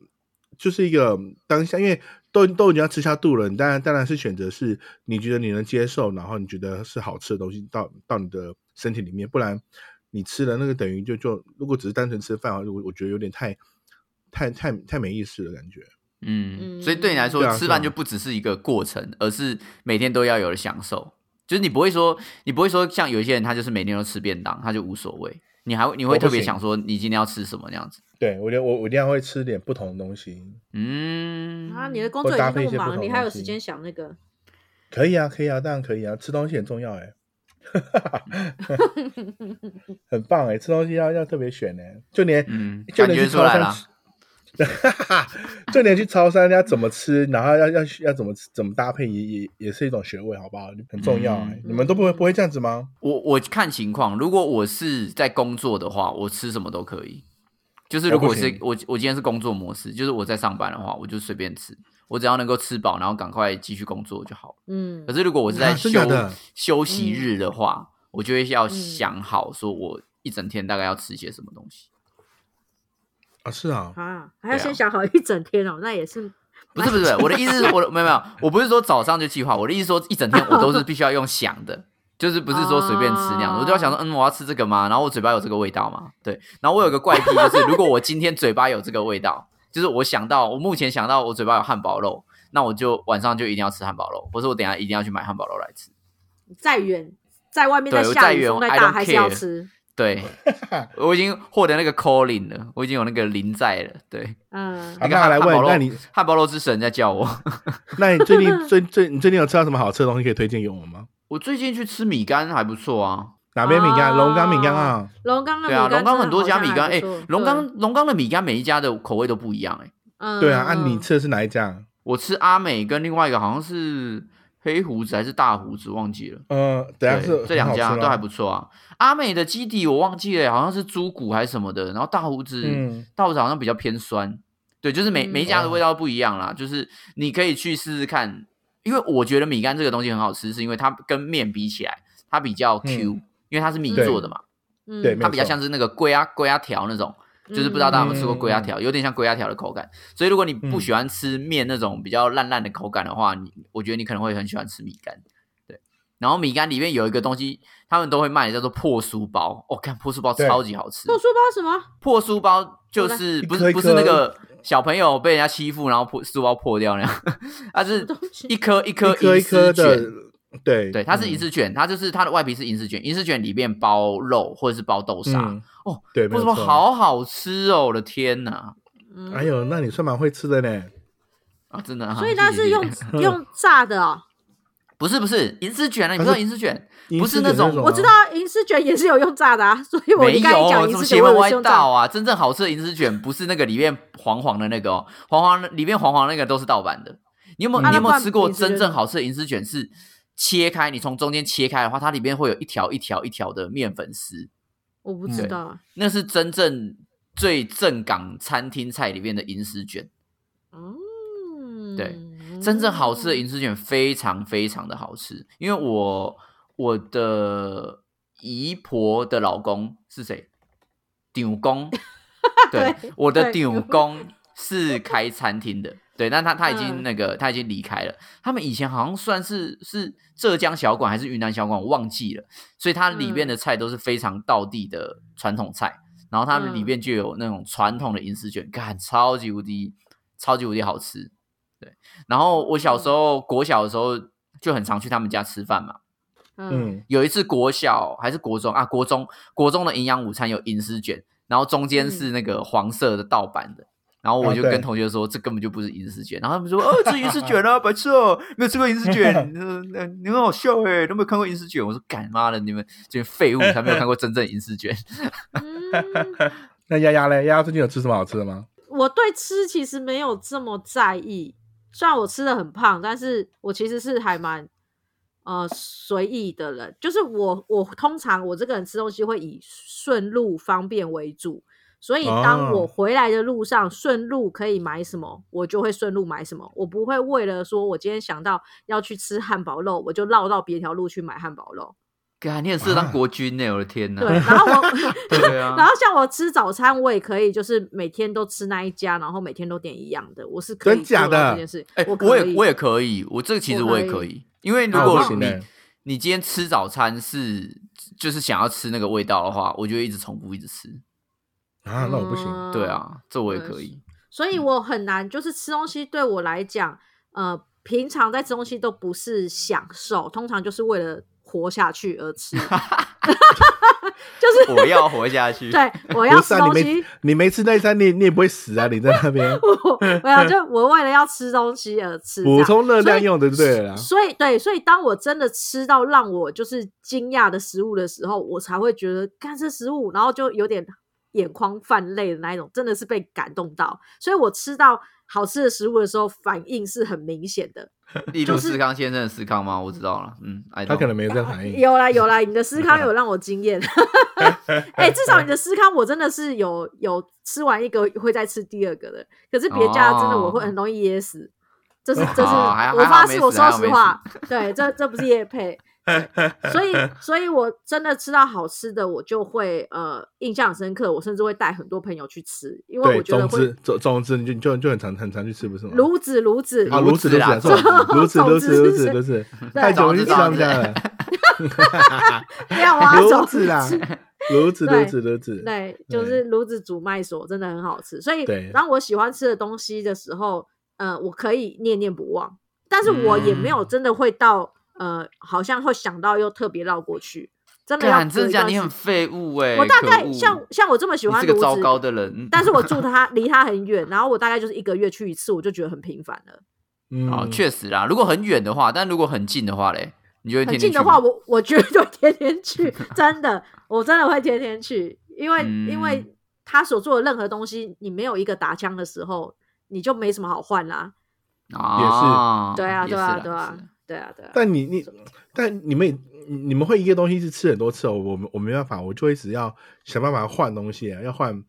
[SPEAKER 1] 就是一个当下，因为都都已经要吃下肚了，你当然当然是选择是你觉得你能接受，然后你觉得是好吃的东西到到你的身体里面，不然你吃了那个等于就就如果只是单纯吃饭，我我觉得有点太太太太没意思了感觉。
[SPEAKER 3] 嗯，
[SPEAKER 2] 嗯
[SPEAKER 3] 所以对你来说，
[SPEAKER 1] 对啊
[SPEAKER 3] 吃
[SPEAKER 1] 对啊
[SPEAKER 3] 饭就不只是一个过程，而是每天都要有的享受。就是你不会说，你不会说像有些人他就是每天都吃便当，他就无所谓。你还会你会
[SPEAKER 1] 我不
[SPEAKER 3] 特别
[SPEAKER 1] 行
[SPEAKER 3] 想说，你今天要吃什么那样子。
[SPEAKER 1] 对我觉得我我一定要会吃点不同的东西。
[SPEAKER 3] 嗯，
[SPEAKER 2] 啊，你的工
[SPEAKER 1] 或
[SPEAKER 2] 作已
[SPEAKER 1] 搭
[SPEAKER 2] 经
[SPEAKER 1] 配
[SPEAKER 2] 那
[SPEAKER 1] 一
[SPEAKER 2] 么
[SPEAKER 1] 些不
[SPEAKER 2] 忙，
[SPEAKER 1] 同
[SPEAKER 2] 你
[SPEAKER 1] 的
[SPEAKER 2] 还
[SPEAKER 1] 东
[SPEAKER 2] 有
[SPEAKER 1] 西
[SPEAKER 2] 时间想那个？
[SPEAKER 1] 可以啊，可以啊，当然可以啊，吃东西很重要哎、 很棒哎、吃东西要要特别选哎、就连、
[SPEAKER 3] 嗯
[SPEAKER 1] 就连去
[SPEAKER 3] 感觉出
[SPEAKER 1] 超
[SPEAKER 3] 来
[SPEAKER 1] 商
[SPEAKER 3] 啦
[SPEAKER 1] 吃， 就连去超商要怎么吃，然后要要要怎么吃怎么搭配也也也是一种学问，好不好？很重要、欸
[SPEAKER 3] 嗯
[SPEAKER 1] 你们都不会不会这样子吗？
[SPEAKER 3] 我我看情况，如果我是在工作的话，我吃什么都可以。就是
[SPEAKER 1] 哦
[SPEAKER 3] 如果
[SPEAKER 1] 不
[SPEAKER 3] 是
[SPEAKER 1] 行
[SPEAKER 3] 我我今天是工作模式，就是我在上班的话，我就随便吃，我只要能够吃饱，然后赶快继续工作就好了。
[SPEAKER 2] 嗯
[SPEAKER 3] 可，是如果我是在
[SPEAKER 1] 啊
[SPEAKER 3] 休、
[SPEAKER 1] 真假的
[SPEAKER 3] 休息日的话，我就会要
[SPEAKER 2] 嗯
[SPEAKER 3] 想好，说我一整天大概要吃些什么东西。
[SPEAKER 1] 啊，是啊，
[SPEAKER 2] 啊，还
[SPEAKER 3] 对
[SPEAKER 2] 要
[SPEAKER 3] 啊
[SPEAKER 2] 先想好一整天哦，那也是
[SPEAKER 3] 不是不是，我的意思是我的没有 没有，我不是说早上就计划，我的意思说一整天我都是必须要用想的，就是不是说随便吃那样，
[SPEAKER 2] 哦
[SPEAKER 3] 我就要想说，嗯，我要吃这个吗？然后我嘴巴有这个味道吗？对，然后我有个怪癖，就是 如果我今天嘴巴有这个味道，就是我想到我目前想到我嘴巴有汉堡肉，那我就晚上就一定要吃汉堡肉，或者我等一下一定要去买汉堡肉来吃。
[SPEAKER 2] 再远，在外面
[SPEAKER 3] 对
[SPEAKER 2] 再下
[SPEAKER 3] 再
[SPEAKER 2] 雨，
[SPEAKER 3] 远
[SPEAKER 2] 风再
[SPEAKER 3] I
[SPEAKER 2] 大
[SPEAKER 3] don't
[SPEAKER 2] 还是要
[SPEAKER 3] care
[SPEAKER 2] 吃。
[SPEAKER 3] 对， 我已经获得那个 calling 了，我已经有那个灵在了。对，
[SPEAKER 2] 嗯，
[SPEAKER 1] 好，
[SPEAKER 3] 那个
[SPEAKER 1] 啊那
[SPEAKER 3] 汉
[SPEAKER 1] 来
[SPEAKER 3] 堡
[SPEAKER 1] 问，
[SPEAKER 3] 肉
[SPEAKER 1] 那你
[SPEAKER 3] 汉堡肉之神在叫我。
[SPEAKER 1] 那你最近最最你最近有吃到什么好吃的东西可以推荐给我们吗？
[SPEAKER 3] 我最近去吃米干还不错啊，
[SPEAKER 1] 哪边米干？
[SPEAKER 2] 啊
[SPEAKER 1] 龙岗米干啊？
[SPEAKER 2] 龙岗的
[SPEAKER 3] 对啊，
[SPEAKER 2] 米
[SPEAKER 3] 龙
[SPEAKER 2] 干
[SPEAKER 3] 岗
[SPEAKER 2] 真的
[SPEAKER 3] 很多
[SPEAKER 2] 好
[SPEAKER 3] 家
[SPEAKER 2] 像
[SPEAKER 3] 米
[SPEAKER 2] 还
[SPEAKER 3] 干，
[SPEAKER 2] 不
[SPEAKER 3] 哎
[SPEAKER 2] 错，
[SPEAKER 3] 龙岗龙岗的米干每一家的口味都不一样，哎，
[SPEAKER 2] 对
[SPEAKER 1] 对啊，啊，
[SPEAKER 2] 嗯
[SPEAKER 1] 你吃的是哪一家？
[SPEAKER 3] 我吃阿美跟另外一个好像是黑胡子还是大胡子忘记了，
[SPEAKER 1] 嗯、等
[SPEAKER 2] 啊
[SPEAKER 1] 下
[SPEAKER 3] 对
[SPEAKER 1] 是
[SPEAKER 3] 这两
[SPEAKER 1] 很好
[SPEAKER 3] 家
[SPEAKER 1] 吃
[SPEAKER 3] 都还
[SPEAKER 1] 吗
[SPEAKER 3] 不错啊。阿美的基底我忘记了，好像是猪骨还是什么的，然后大胡子，
[SPEAKER 1] 嗯
[SPEAKER 3] 大胡子好像比较偏酸，对，就是每
[SPEAKER 2] 嗯
[SPEAKER 3] 每一家的
[SPEAKER 1] 哦
[SPEAKER 3] 味道不一样啦，就是你可以去试试看，因为我觉得米干这个东西很好吃，是因为它跟面比起来，它比较 Q，、因为它是米
[SPEAKER 2] 对
[SPEAKER 3] 做的嘛。
[SPEAKER 1] 嗯
[SPEAKER 2] 嗯
[SPEAKER 1] 对没
[SPEAKER 3] 它
[SPEAKER 1] 有
[SPEAKER 3] 比较
[SPEAKER 1] 错嗯
[SPEAKER 3] 像是那个龟鸭啊龟鸭条那种，就是不知道大家有没有吃过龟鸭条，有点像龟鸭啊条的口感。所以如果你
[SPEAKER 1] 嗯
[SPEAKER 3] 不喜欢吃面那种比较烂烂的口感的话，你我觉得你可能会很喜欢吃米干。对，然后米干里面有一个东西，他们都会卖，叫做破酥包。我、哦、看破酥包
[SPEAKER 1] 对
[SPEAKER 3] 超级好吃
[SPEAKER 2] 做，书嗯包什么？
[SPEAKER 3] 破酥包
[SPEAKER 2] 啊
[SPEAKER 3] 就是
[SPEAKER 1] 一
[SPEAKER 3] 不
[SPEAKER 1] 颗
[SPEAKER 3] 是
[SPEAKER 1] 一
[SPEAKER 3] 不是那
[SPEAKER 1] 颗
[SPEAKER 3] 个小朋友被人家欺负，然后破书包破掉那样， 它
[SPEAKER 2] 什么
[SPEAKER 3] 是
[SPEAKER 2] 东西
[SPEAKER 3] 一颗一颗
[SPEAKER 1] 一颗一颗
[SPEAKER 3] 银丝卷
[SPEAKER 1] 的，对嗯
[SPEAKER 3] 对，它是银
[SPEAKER 1] 丝
[SPEAKER 3] 丝卷，它就是它的外皮是银丝卷，银丝卷里面包肉或者是包豆沙。
[SPEAKER 1] 嗯
[SPEAKER 3] 哦，
[SPEAKER 1] 对，
[SPEAKER 3] 不
[SPEAKER 1] 没
[SPEAKER 3] 什
[SPEAKER 1] 有
[SPEAKER 3] 么
[SPEAKER 1] 错。
[SPEAKER 3] 好好吃哦！我的天哪，
[SPEAKER 2] 嗯
[SPEAKER 1] 哎呦，那你算蛮会吃的呢。
[SPEAKER 3] 啊，真的、啊。
[SPEAKER 2] 所以
[SPEAKER 3] 它
[SPEAKER 2] 它是用用炸 的哦。
[SPEAKER 3] 不是不是银丝卷啊？你
[SPEAKER 1] 它
[SPEAKER 3] 不知
[SPEAKER 1] 是
[SPEAKER 3] 道银丝卷？不是
[SPEAKER 1] 银丝
[SPEAKER 3] 那
[SPEAKER 1] 卷
[SPEAKER 3] 种
[SPEAKER 1] 种啊，
[SPEAKER 2] 我知道银丝卷也是有用炸的啊，所以 我
[SPEAKER 3] 没
[SPEAKER 2] 刚才
[SPEAKER 3] 有，
[SPEAKER 2] 讲银
[SPEAKER 3] 什么
[SPEAKER 2] 丝
[SPEAKER 3] 邪
[SPEAKER 2] 卷，我
[SPEAKER 3] 门
[SPEAKER 2] 以为
[SPEAKER 3] 歪
[SPEAKER 2] 是用炸
[SPEAKER 3] 道
[SPEAKER 2] 的。
[SPEAKER 3] 啊！真正好吃的银丝卷不是那个里面黄黄的那个哦，黄黄的里面黄黄那个都是盗版的。你有没有、
[SPEAKER 1] 啊
[SPEAKER 3] 你有没
[SPEAKER 2] 嗯那不
[SPEAKER 3] 有
[SPEAKER 2] 然
[SPEAKER 3] 吃过
[SPEAKER 2] 你是觉
[SPEAKER 3] 真
[SPEAKER 2] 得
[SPEAKER 3] 正好吃的银丝卷？是切开，你从中间切开的话，它里面会有一条一条一条的面粉丝，
[SPEAKER 2] 我不
[SPEAKER 1] 嗯
[SPEAKER 2] 知
[SPEAKER 1] 对
[SPEAKER 2] 道啊。
[SPEAKER 3] 那是真正最正港餐厅菜里面的银丝卷。
[SPEAKER 2] 嗯，
[SPEAKER 3] 对真正好吃的银丝卷非常非常的好吃，因为我我的姨婆的老公是谁？顶 公，对，
[SPEAKER 2] 对
[SPEAKER 3] 我的
[SPEAKER 2] 对
[SPEAKER 3] 顶公是开餐厅的，对，但他他已经
[SPEAKER 2] 嗯
[SPEAKER 3] 那个、他已经离开了，他们以前好像算是是浙江小馆还是云南小馆，我忘记了，所以它里面的
[SPEAKER 2] 嗯
[SPEAKER 3] 菜都是非常道地的传统菜，然后它里
[SPEAKER 2] 嗯
[SPEAKER 3] 面就有那种传统的银丝卷，干超级无敌超级无敌好吃，嗯对。然后我小时候国小的时候就很常去他们家吃饭嘛，
[SPEAKER 2] 嗯
[SPEAKER 1] 嗯，
[SPEAKER 3] 有一次国小还是国中啊，国中国中的营养午餐有银丝卷，然后中间是那个黄色的盗版的。然后我
[SPEAKER 1] 啊
[SPEAKER 3] 就
[SPEAKER 1] 对
[SPEAKER 3] 跟同学说，这根本就不是银丝卷。然后他们 说，哦，这银丝卷啊，白痴哦，没有吃过银丝 卷，呃呃你很好笑哎，都没有看过银丝卷。我说，干妈的，你们这些废物才没有看过真正银丝卷。
[SPEAKER 2] 嗯，
[SPEAKER 1] 那丫丫嘞，丫丫最近有吃什么好吃的吗？
[SPEAKER 2] 我对吃其实没有这么在意，虽然我吃的很胖，但是我其实是还蛮呃随意的人。就是我我通常我这个人吃东西会以顺路方便为主，所以当
[SPEAKER 1] 哦
[SPEAKER 2] 我回来的路上顺路可以买什么，我就会顺路买什么。我不会为了说我今天想到要去吃汉堡肉，我就绕到别条路去买汉堡肉。
[SPEAKER 3] 干，你很适合 当国军欸呢，我的天哪！
[SPEAKER 2] 对， 然后我。
[SPEAKER 3] 对啊
[SPEAKER 2] 然，后像我吃早餐，我也可以就是每天都吃那一家，然后每天都点一样的，我是可以
[SPEAKER 1] 真假
[SPEAKER 2] 做到这
[SPEAKER 1] 的
[SPEAKER 2] 件事。
[SPEAKER 3] 哎、
[SPEAKER 2] 我
[SPEAKER 3] 我
[SPEAKER 2] 可以
[SPEAKER 3] 也我也可以，我这个其实
[SPEAKER 2] 我
[SPEAKER 3] 我
[SPEAKER 2] 可
[SPEAKER 3] 也可
[SPEAKER 2] 以
[SPEAKER 3] 以，因为如
[SPEAKER 1] 啊
[SPEAKER 3] 果
[SPEAKER 1] 我不行
[SPEAKER 3] 你、
[SPEAKER 1] 欸
[SPEAKER 3] 你今天吃早餐是就是想要吃那个味道的话，我就会一直重复一直吃。
[SPEAKER 1] 啊，那我不行。
[SPEAKER 2] 嗯
[SPEAKER 3] 对，啊，这我也
[SPEAKER 2] 对
[SPEAKER 3] 可以。
[SPEAKER 2] 所以我很难，就是吃东西对我来讲，呃，平常在吃东西都不是享受，通常就是为了活下去而吃。就是
[SPEAKER 3] 我要活 下去。
[SPEAKER 2] 对我
[SPEAKER 1] 我
[SPEAKER 2] 要
[SPEAKER 1] 不是
[SPEAKER 2] 吃
[SPEAKER 1] 啊，你
[SPEAKER 2] 东
[SPEAKER 1] 没
[SPEAKER 2] 西，
[SPEAKER 1] 你没吃那一餐，你你也不会死啊！你在那边
[SPEAKER 2] 我我要就我为了要吃东西而吃，这
[SPEAKER 1] 补
[SPEAKER 2] 样
[SPEAKER 1] 充热
[SPEAKER 2] 所
[SPEAKER 1] 量
[SPEAKER 2] 以
[SPEAKER 1] 用的就对啊了啦。
[SPEAKER 2] 所以对，所以当我真的吃到让我就是惊讶的食物的时候，我才会觉得干这食物，然后就有点眼眶泛泪的那一种，真的是被感动到。所以我吃到好吃的食物的时候，反应是很明显的。
[SPEAKER 3] 例如思康先生的思康吗？我知道了，嗯，I don't
[SPEAKER 1] 他可能没有这样反应。
[SPEAKER 2] 有啦有啦，你的思康有让我 惊艳。哎、至少你的思康我真的是有有吃完一个会再吃第二个的，可是别家的真的我会很容易噎死。这是这是，
[SPEAKER 3] 哦还
[SPEAKER 2] 我
[SPEAKER 3] 还好
[SPEAKER 2] 发
[SPEAKER 3] 没
[SPEAKER 2] 誓，
[SPEAKER 3] 死
[SPEAKER 2] 我
[SPEAKER 3] 还
[SPEAKER 2] 说
[SPEAKER 3] 好
[SPEAKER 2] 实
[SPEAKER 3] 没
[SPEAKER 2] 话，对，这这不是夜配。对 所以，所以我真的吃到好吃的，我就会呃印象很深刻，我甚至会带很多朋友去吃，因为
[SPEAKER 1] 对，
[SPEAKER 2] 我觉得
[SPEAKER 1] 总之
[SPEAKER 2] 会
[SPEAKER 1] 总总之，你就你就就很常很常去吃，不是吗？
[SPEAKER 2] 炉子炉子
[SPEAKER 1] 啊，
[SPEAKER 3] 炉
[SPEAKER 1] 炉
[SPEAKER 3] 子
[SPEAKER 1] 子炉子
[SPEAKER 3] 啦
[SPEAKER 1] 啊，炉子
[SPEAKER 2] 总
[SPEAKER 1] 炉
[SPEAKER 2] 之
[SPEAKER 1] 子炉
[SPEAKER 2] 是
[SPEAKER 1] 子炉子，
[SPEAKER 2] 对
[SPEAKER 1] 太久
[SPEAKER 3] 总
[SPEAKER 1] 没
[SPEAKER 3] 之
[SPEAKER 1] 去吃他们
[SPEAKER 3] 是
[SPEAKER 1] 家了。啊
[SPEAKER 2] 不要我 要走
[SPEAKER 1] 炉子啦，炉子
[SPEAKER 2] 啊对
[SPEAKER 1] 炉子炉子，
[SPEAKER 2] 对，就
[SPEAKER 1] 对
[SPEAKER 2] 是炉子煮麦索真的很好吃，所以
[SPEAKER 1] 对
[SPEAKER 2] 当我喜欢吃的东西的时候，呃，我可以念念不忘，但是我也没有
[SPEAKER 3] 嗯
[SPEAKER 2] 真的会到、呃，好像会想到又特别绕过去，真的要
[SPEAKER 3] 干，真
[SPEAKER 2] 隔
[SPEAKER 3] 的
[SPEAKER 2] 一
[SPEAKER 3] 假的？
[SPEAKER 2] 段
[SPEAKER 3] 你
[SPEAKER 2] 时
[SPEAKER 3] 很废物哎、
[SPEAKER 2] 我大
[SPEAKER 3] 可
[SPEAKER 2] 概
[SPEAKER 3] 恶
[SPEAKER 2] 像像我这么喜
[SPEAKER 3] 你
[SPEAKER 2] 欢
[SPEAKER 3] 是个
[SPEAKER 2] 炉
[SPEAKER 3] 糟
[SPEAKER 2] 子
[SPEAKER 3] 糕的人，
[SPEAKER 2] 但是 我住它离它很远，然后我大概就是一个月去一次，我就觉得很频繁了。
[SPEAKER 1] 嗯
[SPEAKER 3] 啊，确实啦。如果很远的话，但如果很近的话嘞，你就会
[SPEAKER 2] 很
[SPEAKER 3] 天
[SPEAKER 2] 近
[SPEAKER 3] 天
[SPEAKER 2] 的
[SPEAKER 3] 去吗
[SPEAKER 2] 话，我我绝对天天 去，真的，我真的会天天去，因为、因为
[SPEAKER 3] 嗯
[SPEAKER 2] 他所做的任何东西，你没有一个打枪的时候，你就没什么好换啦。
[SPEAKER 3] 啊，
[SPEAKER 2] 对啊，
[SPEAKER 3] 也是
[SPEAKER 2] 对
[SPEAKER 3] 啦也是
[SPEAKER 2] 啊，对啊
[SPEAKER 3] 啦，
[SPEAKER 2] 对啊，对啊。
[SPEAKER 1] 但你你但你们你们会一个东西是吃很多次哦，我们我没办法，我就一直要想办法换东西，啊要换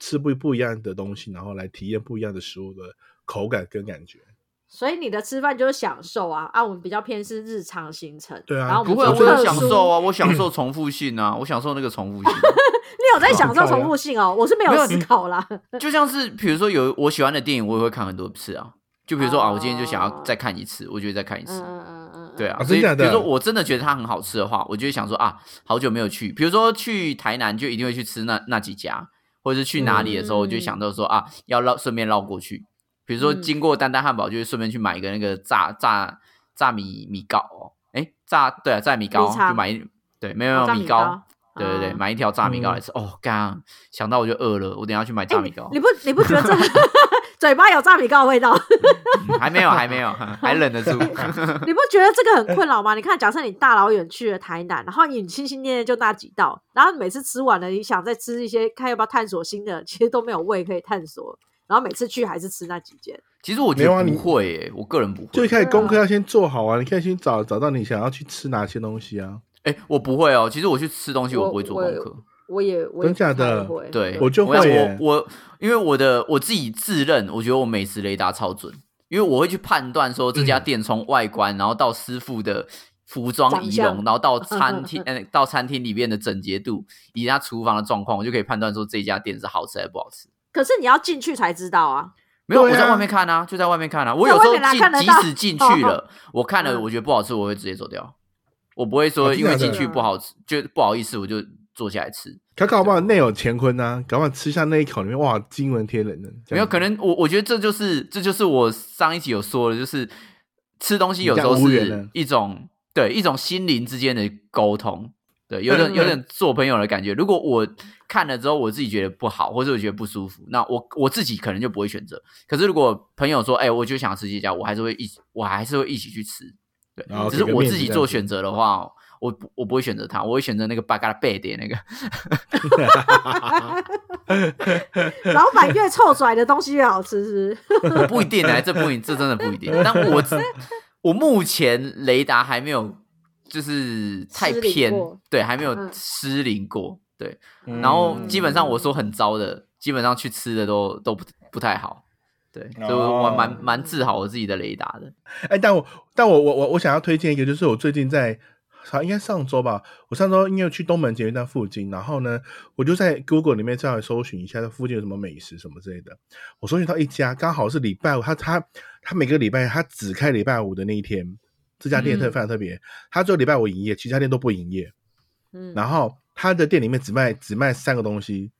[SPEAKER 1] 吃不不一样的东西，然后来体验不一样的食物的口感跟感觉。
[SPEAKER 2] 所以你的吃饭就是享受啊，啊，我们比较偏是日常行程。
[SPEAKER 1] 对啊
[SPEAKER 2] 然后我
[SPEAKER 3] 不
[SPEAKER 2] 们
[SPEAKER 3] 会，
[SPEAKER 2] 就
[SPEAKER 1] 我
[SPEAKER 3] 我有
[SPEAKER 1] 觉得
[SPEAKER 2] 哦特
[SPEAKER 3] 享
[SPEAKER 2] 殊
[SPEAKER 3] 受啊，我享受重复性啊，我享受那个重 复性。
[SPEAKER 2] 你有在享受重复性哦，我是没
[SPEAKER 3] 没有
[SPEAKER 2] 有思
[SPEAKER 3] 你
[SPEAKER 2] 考啦。
[SPEAKER 3] 就像是比如说有我喜欢的电影，我也会看很多次啊。就比如说啊，
[SPEAKER 2] 哦
[SPEAKER 3] 我今天就想要再看一次，我就会再看一次。
[SPEAKER 2] 嗯嗯嗯，
[SPEAKER 3] 对
[SPEAKER 2] 啊，
[SPEAKER 3] 啊，
[SPEAKER 1] 啊
[SPEAKER 3] 所以
[SPEAKER 1] 真假
[SPEAKER 3] 比
[SPEAKER 1] 的
[SPEAKER 3] 如说我真的觉得它很好吃的话，我就会想说啊，好久没有去，比如说去台南就一定会去吃那那几家，或者是去哪里的时候，
[SPEAKER 2] 嗯
[SPEAKER 3] 我就会想到说啊，要绕顺便绕过去。比如说
[SPEAKER 2] 嗯
[SPEAKER 3] 经过丹丹汉堡，就会顺便去买一个那个炸炸炸米米糕哦，哎炸对啊炸米糕
[SPEAKER 2] 米肠
[SPEAKER 3] 就买一对没有没
[SPEAKER 2] 哦
[SPEAKER 3] 有
[SPEAKER 2] 炸
[SPEAKER 3] 米
[SPEAKER 2] 米糕
[SPEAKER 3] 糕，对对对
[SPEAKER 2] 哦
[SPEAKER 3] 买一条炸米糕来吃。哦，刚想到我就饿了，我等一下去买
[SPEAKER 2] 哎
[SPEAKER 3] 炸米糕。
[SPEAKER 2] 你不你不觉 得这嘴巴有炸米糕的味道？
[SPEAKER 3] 嗯还没有，还没 有，还忍得住。
[SPEAKER 2] 你不觉得这个很 困扰吗？你看，假设你大老远去了台南，然后你心心念念就那几道，然后每次吃完了，你想再吃一些，看要不要探索新的，其实都没有胃可以探索。然后每次去还是吃那几间，
[SPEAKER 3] 其实我觉
[SPEAKER 1] 没有啊
[SPEAKER 3] 得
[SPEAKER 1] 你
[SPEAKER 3] 不会、耶，我个人不会。
[SPEAKER 1] 就一开始
[SPEAKER 2] 对啊
[SPEAKER 1] 功课要先做好啊，你可以先找找到你想要去吃哪些东西啊。
[SPEAKER 3] 哎、我不会哦。其实我去吃东西，
[SPEAKER 2] 我
[SPEAKER 3] 我不会做功课。
[SPEAKER 2] 我也我也
[SPEAKER 1] 真假的
[SPEAKER 2] 不太会
[SPEAKER 3] 对，
[SPEAKER 1] 我就会
[SPEAKER 3] 要
[SPEAKER 1] 耶
[SPEAKER 3] 我我因为我的我自己自认，我觉得我美食雷达超准，因为我会去判断说这家店从外观，然后到师傅的服装
[SPEAKER 2] 嗯长
[SPEAKER 3] 仪
[SPEAKER 2] 相嗯
[SPEAKER 3] 容，然后到餐厅，呃，到餐厅里面的整洁度，以及他厨房的状况，我就可以判断说这家店是好吃还是不好吃。
[SPEAKER 2] 可是你要进去才知道啊。
[SPEAKER 3] 没有，
[SPEAKER 1] 对
[SPEAKER 3] 我
[SPEAKER 1] 啊
[SPEAKER 3] 在外面看啊，就在外面看啊。我
[SPEAKER 2] 在
[SPEAKER 3] 有时候
[SPEAKER 2] 外面哪看得
[SPEAKER 3] 进，即
[SPEAKER 2] 到
[SPEAKER 3] 使进去了，我看了
[SPEAKER 2] 嗯
[SPEAKER 3] 我觉得不好吃，我会直接走掉。我不会
[SPEAKER 1] 哦
[SPEAKER 3] 说
[SPEAKER 1] 真
[SPEAKER 3] 因为
[SPEAKER 1] 的假
[SPEAKER 3] 进
[SPEAKER 1] 的
[SPEAKER 3] 去不好吃，就不好意思，我就坐下来吃。
[SPEAKER 1] 可搞不好内有乾坤啊，搞不好吃下那一口里面，哇，惊为天人呢。这
[SPEAKER 3] 没有
[SPEAKER 1] 样
[SPEAKER 3] 可能我，我觉得这就是这就是我上一集有说的，就是吃东西有
[SPEAKER 1] 你
[SPEAKER 3] 时
[SPEAKER 1] 这样
[SPEAKER 3] 候
[SPEAKER 1] 无缘
[SPEAKER 3] 是
[SPEAKER 1] 呢
[SPEAKER 3] 一种对一种心灵之间的沟通，对，有点
[SPEAKER 1] 嗯
[SPEAKER 3] 有点做朋友的感觉。如果我看了之后，我自己觉得不好，或者我觉得不舒服，那我我自己可能就不会选择。可是如果朋友说，哎、我就想吃这家，我还是会一起，我还是会一起去吃。对
[SPEAKER 1] 然后，
[SPEAKER 3] 只是
[SPEAKER 1] 给个
[SPEAKER 3] 我
[SPEAKER 1] 面
[SPEAKER 3] 自
[SPEAKER 1] 子
[SPEAKER 3] 己
[SPEAKER 1] 这
[SPEAKER 3] 做
[SPEAKER 1] 样子
[SPEAKER 3] 选择的话，我不我不会选择它，我会选择那个巴嘎拉贝的那个。
[SPEAKER 2] 老板越臭拽的东西越好吃，是不是？
[SPEAKER 3] 不一定哎、这不一这真的不一定。但我自我目前雷达还没有就是太
[SPEAKER 2] 失灵
[SPEAKER 3] 偏
[SPEAKER 2] 过，
[SPEAKER 3] 对，还没有
[SPEAKER 2] 嗯
[SPEAKER 3] 失灵过，对。
[SPEAKER 1] 嗯
[SPEAKER 3] 然后基本上我说很糟的，基本上去吃的都都不不太好，对，所以我
[SPEAKER 1] 哦
[SPEAKER 3] 蛮蛮自豪我自己的雷达的。
[SPEAKER 1] 哎，但我但我我我我想要推荐一个，就是我最近在好应该上周吧，我上周因为去东门捷运站附近，然后呢，我就在 Google 里面稍微搜寻一下这附近有什么美食什么之类的。我搜寻到一家，刚好是礼拜五，他他他每个礼拜他只开礼拜五的那一天，这家店特
[SPEAKER 2] 嗯
[SPEAKER 1] 非常特别，他只有礼拜五营业，其他店都不营业。
[SPEAKER 2] 嗯，
[SPEAKER 1] 然后他的店里面只卖只卖三个东西，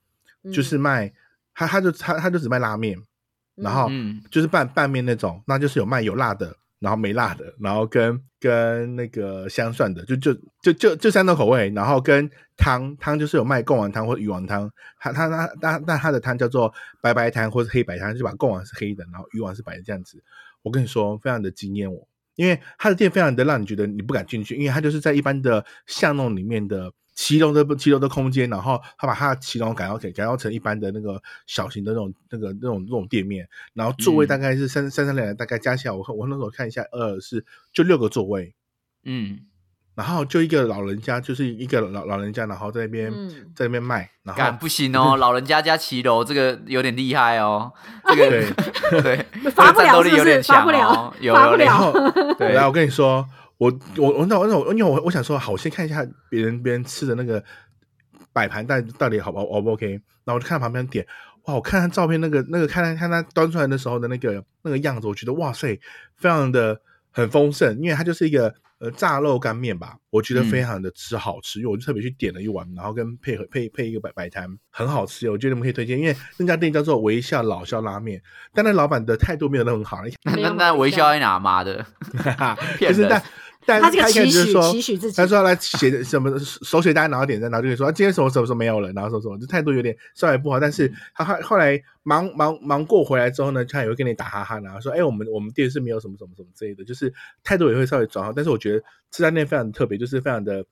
[SPEAKER 1] 就是卖他他就他他就只卖拉面，
[SPEAKER 2] 嗯，
[SPEAKER 1] 然后
[SPEAKER 3] 嗯，
[SPEAKER 1] 就是拌拌面那种，那就是有卖有辣的，然后没辣的，然后跟跟那个香蒜的，就就就就这三种口味，然后跟汤汤就是有卖贡丸汤或者鱼丸汤，它它它它那它的汤叫做白白汤或者黑白汤，就把贡丸是黑的，然后鱼丸是白的这样子。我跟你说，非常的惊艳我，因为它的店非常的让你觉得你不敢进去，因为它就是在一般的巷弄里面的。骑楼的骑楼的空间，然后他把他的骑楼改造改改造成一般的那个小型的那种那个那种那种店面，然后座位大
[SPEAKER 3] 嗯
[SPEAKER 1] 概是三三三两两，大概加起来，我看我那时候看一下，呃，是就六个座位，
[SPEAKER 3] 嗯，
[SPEAKER 1] 然后就一个老人家，就是一个老老人家，然后在那边、
[SPEAKER 2] 嗯
[SPEAKER 1] 在那边卖，然
[SPEAKER 3] 干
[SPEAKER 1] 后
[SPEAKER 3] 不行哦，老人家家骑楼这个有点厉害 哦，这
[SPEAKER 1] 对
[SPEAKER 3] 个 对，
[SPEAKER 2] 罚
[SPEAKER 3] 嗯这个
[SPEAKER 2] 不了
[SPEAKER 3] 战斗力
[SPEAKER 2] 是不
[SPEAKER 3] 有
[SPEAKER 2] 是
[SPEAKER 3] 点
[SPEAKER 2] 罚
[SPEAKER 3] 强
[SPEAKER 2] 不
[SPEAKER 3] 哦
[SPEAKER 2] 了，
[SPEAKER 3] 有
[SPEAKER 2] 罚
[SPEAKER 3] 有
[SPEAKER 2] 不
[SPEAKER 3] 点
[SPEAKER 1] 然
[SPEAKER 2] 了
[SPEAKER 1] 后
[SPEAKER 3] 对
[SPEAKER 1] 来我跟你说，我我我那我那我因为我我想说，好，我先看一下别人别人吃的那个摆盘到底到底好不好 O 不 OK，然后我就看旁边点。哇！我看他照片那个那个看他看他端出来的时候的那个那个样子，我觉得哇塞，非常的很丰盛，因为它就是一个呃炸肉干面吧，我觉得
[SPEAKER 3] 嗯
[SPEAKER 1] 非常的吃好吃，因为我就特别去点了一碗，然后跟配合配配一个摆摆摊，很好吃，我觉得你们可以推荐，因为那家店叫做微笑老笑拉面，但那老板的态度没有那么好，
[SPEAKER 3] 那
[SPEAKER 2] 没
[SPEAKER 3] 那
[SPEAKER 2] 有
[SPEAKER 3] 那
[SPEAKER 2] 没
[SPEAKER 3] 微
[SPEAKER 2] 有
[SPEAKER 3] 笑在哪妈的？
[SPEAKER 1] 哈哈，
[SPEAKER 3] 骗
[SPEAKER 1] 就是
[SPEAKER 3] 人
[SPEAKER 1] 但但
[SPEAKER 2] 他
[SPEAKER 1] 是
[SPEAKER 2] 这个
[SPEAKER 1] 一开
[SPEAKER 2] 期
[SPEAKER 1] 始就是
[SPEAKER 2] 许
[SPEAKER 1] 说
[SPEAKER 2] 期，许自己
[SPEAKER 1] 他，说他来写 什么手写单，然后点赞，然后就跟你说、啊、今天什么什么什么没有了，然后什么什么，就态度有点稍微不好。但
[SPEAKER 3] 嗯
[SPEAKER 1] 是他后后来忙忙忙过回来之后呢，他也会跟你打哈哈，然后说哎、我们我们店是没有什么什么什么之类的，就是态度也会稍微转好。但是我觉得这家店非常特别，就是非常的，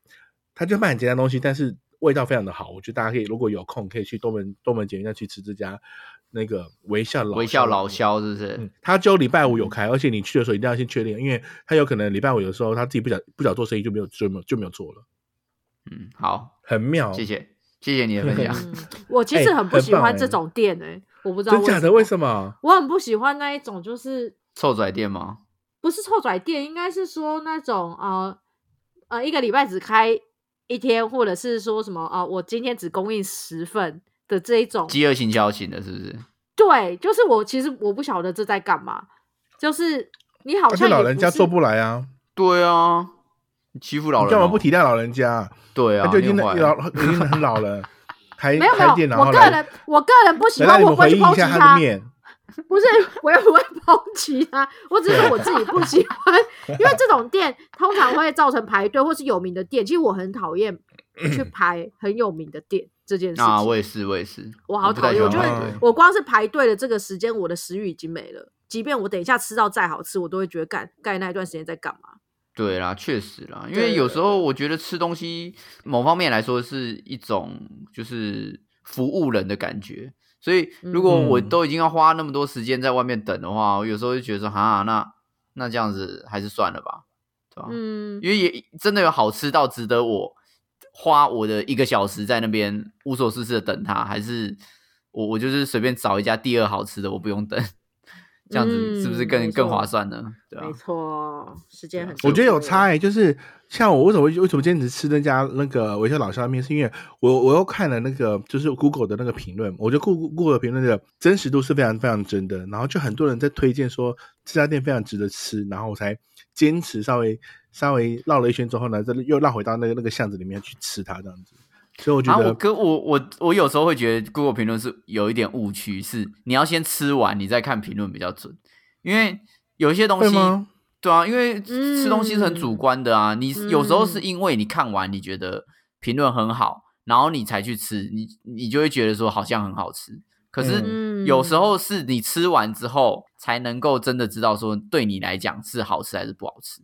[SPEAKER 1] 他就卖很简单的东西，但是味道非常的好。我觉得大家可以如果有空可以去东门东门捷运站去吃这家那个微笑老
[SPEAKER 3] 微笑老肖
[SPEAKER 1] 肖。
[SPEAKER 3] 是不是？
[SPEAKER 1] 嗯，他只有礼拜五有开，而且你去的时候一定要先确定，因为他有可能礼拜五有时候他自己不想不想做生意就没有就没有就没有做了，
[SPEAKER 3] 嗯，好，
[SPEAKER 1] 很妙，
[SPEAKER 3] 谢谢，谢谢你的分享。
[SPEAKER 2] 嗯，我其实
[SPEAKER 1] 哎
[SPEAKER 2] 很不
[SPEAKER 1] 很
[SPEAKER 2] 喜
[SPEAKER 1] 棒
[SPEAKER 2] 欢
[SPEAKER 1] 哎
[SPEAKER 2] 这种店诶、我不知道
[SPEAKER 1] 真假的？为什么？
[SPEAKER 2] 我很不喜欢那一种，就是
[SPEAKER 3] 臭拽店吗？
[SPEAKER 2] 不是臭拽店，应该是说那种呃呃，一个礼拜只开一天，或者是说什么啊、呃我今天只供应十份的这一种。
[SPEAKER 3] 饥饿营销型的，是不是？
[SPEAKER 2] 对，就是我其实我不晓得这在干嘛，就是你好
[SPEAKER 1] 而且
[SPEAKER 2] 像
[SPEAKER 1] 老
[SPEAKER 2] 也
[SPEAKER 1] 人
[SPEAKER 2] 不
[SPEAKER 1] 家
[SPEAKER 2] 是
[SPEAKER 1] 做不来啊，
[SPEAKER 3] 对啊，你欺负老
[SPEAKER 1] 你
[SPEAKER 3] 人、
[SPEAKER 1] 干
[SPEAKER 3] 哦，
[SPEAKER 1] 嘛不体谅老人家？
[SPEAKER 3] 对啊，
[SPEAKER 1] 他就已经
[SPEAKER 3] 你很
[SPEAKER 1] 老
[SPEAKER 3] 坏
[SPEAKER 1] 已经很老了，还
[SPEAKER 2] 没有没有
[SPEAKER 1] 开店，然
[SPEAKER 2] 我
[SPEAKER 1] 后
[SPEAKER 2] 个
[SPEAKER 1] 来
[SPEAKER 2] 人我个人不喜
[SPEAKER 1] 来让
[SPEAKER 2] 欢，
[SPEAKER 1] 你
[SPEAKER 2] 我
[SPEAKER 1] 们
[SPEAKER 2] 不会
[SPEAKER 1] 回忆
[SPEAKER 2] 去
[SPEAKER 1] 一
[SPEAKER 2] 抨击
[SPEAKER 1] 下他
[SPEAKER 2] 他
[SPEAKER 1] 的，面，
[SPEAKER 2] 不是，我也不会抨击他，我只是我自己不喜 欢，因为这种店通常会造成排队，或是有名的店。其实我很讨厌 去排很有名的店这件事情。
[SPEAKER 3] 啊，我也是，我也是，
[SPEAKER 2] 我好
[SPEAKER 3] 不太
[SPEAKER 2] 讨厌，我
[SPEAKER 3] 喜
[SPEAKER 2] 就
[SPEAKER 3] 欢
[SPEAKER 2] 会
[SPEAKER 3] 排队
[SPEAKER 1] 嗯
[SPEAKER 2] 我光是排队的这个时间，我的食欲已经没了。即便我等一下吃到再好吃，我都会觉得干盖那一段时间在干嘛？
[SPEAKER 3] 对啦，确实啦，因
[SPEAKER 2] 对
[SPEAKER 3] 为
[SPEAKER 2] 对
[SPEAKER 3] 有时候我觉得吃东西某方面来说是一种就是服务人的感觉，所以如果我
[SPEAKER 1] 嗯
[SPEAKER 3] 都已经要花那么多时间在外面等的话，我有时候就觉得说，哈，那那这样子还是算了吧，对吧？
[SPEAKER 2] 嗯，
[SPEAKER 3] 因为也真的有好吃到值得我花我的一个小时在那边无所事事的等它，还是我我就是随便找一家第二好吃的，我不用等，这样子是不是
[SPEAKER 2] 嗯
[SPEAKER 3] 更、
[SPEAKER 2] 没错
[SPEAKER 3] 更划算呢？对啊吧、
[SPEAKER 2] 没错，时间很。
[SPEAKER 1] 我觉得有差。哎、就是像我为什么为什么坚持吃那家那个微笑老肖面，是因为我我又看了那个就是 Google 的那个评论，我觉得 Google Google 的评论的真实度是非常非常真的，然后就很多人在推荐说这家店非常值得吃，然后我才坚持稍微稍微绕了一圈之后呢，这又绕回到那个那个巷子里面去吃它这样子，所以我觉
[SPEAKER 3] 然后
[SPEAKER 1] 得、
[SPEAKER 3] 啊我哥我我我有时候会觉得 Google 评论是有一点误区，是你要先吃完你再看评论比较准，因为有一些东
[SPEAKER 1] 会
[SPEAKER 3] 西
[SPEAKER 1] 吗
[SPEAKER 3] 对啊，因为吃东西是很主观的啊。你
[SPEAKER 2] 嗯
[SPEAKER 3] 有时候是因为你看完你觉得评论很好，然后你才去吃，你你就会觉得说好像很好吃。可是
[SPEAKER 2] 嗯
[SPEAKER 3] 有时候是你吃完之后才能够真的知道说对你来讲是好吃还是不好吃。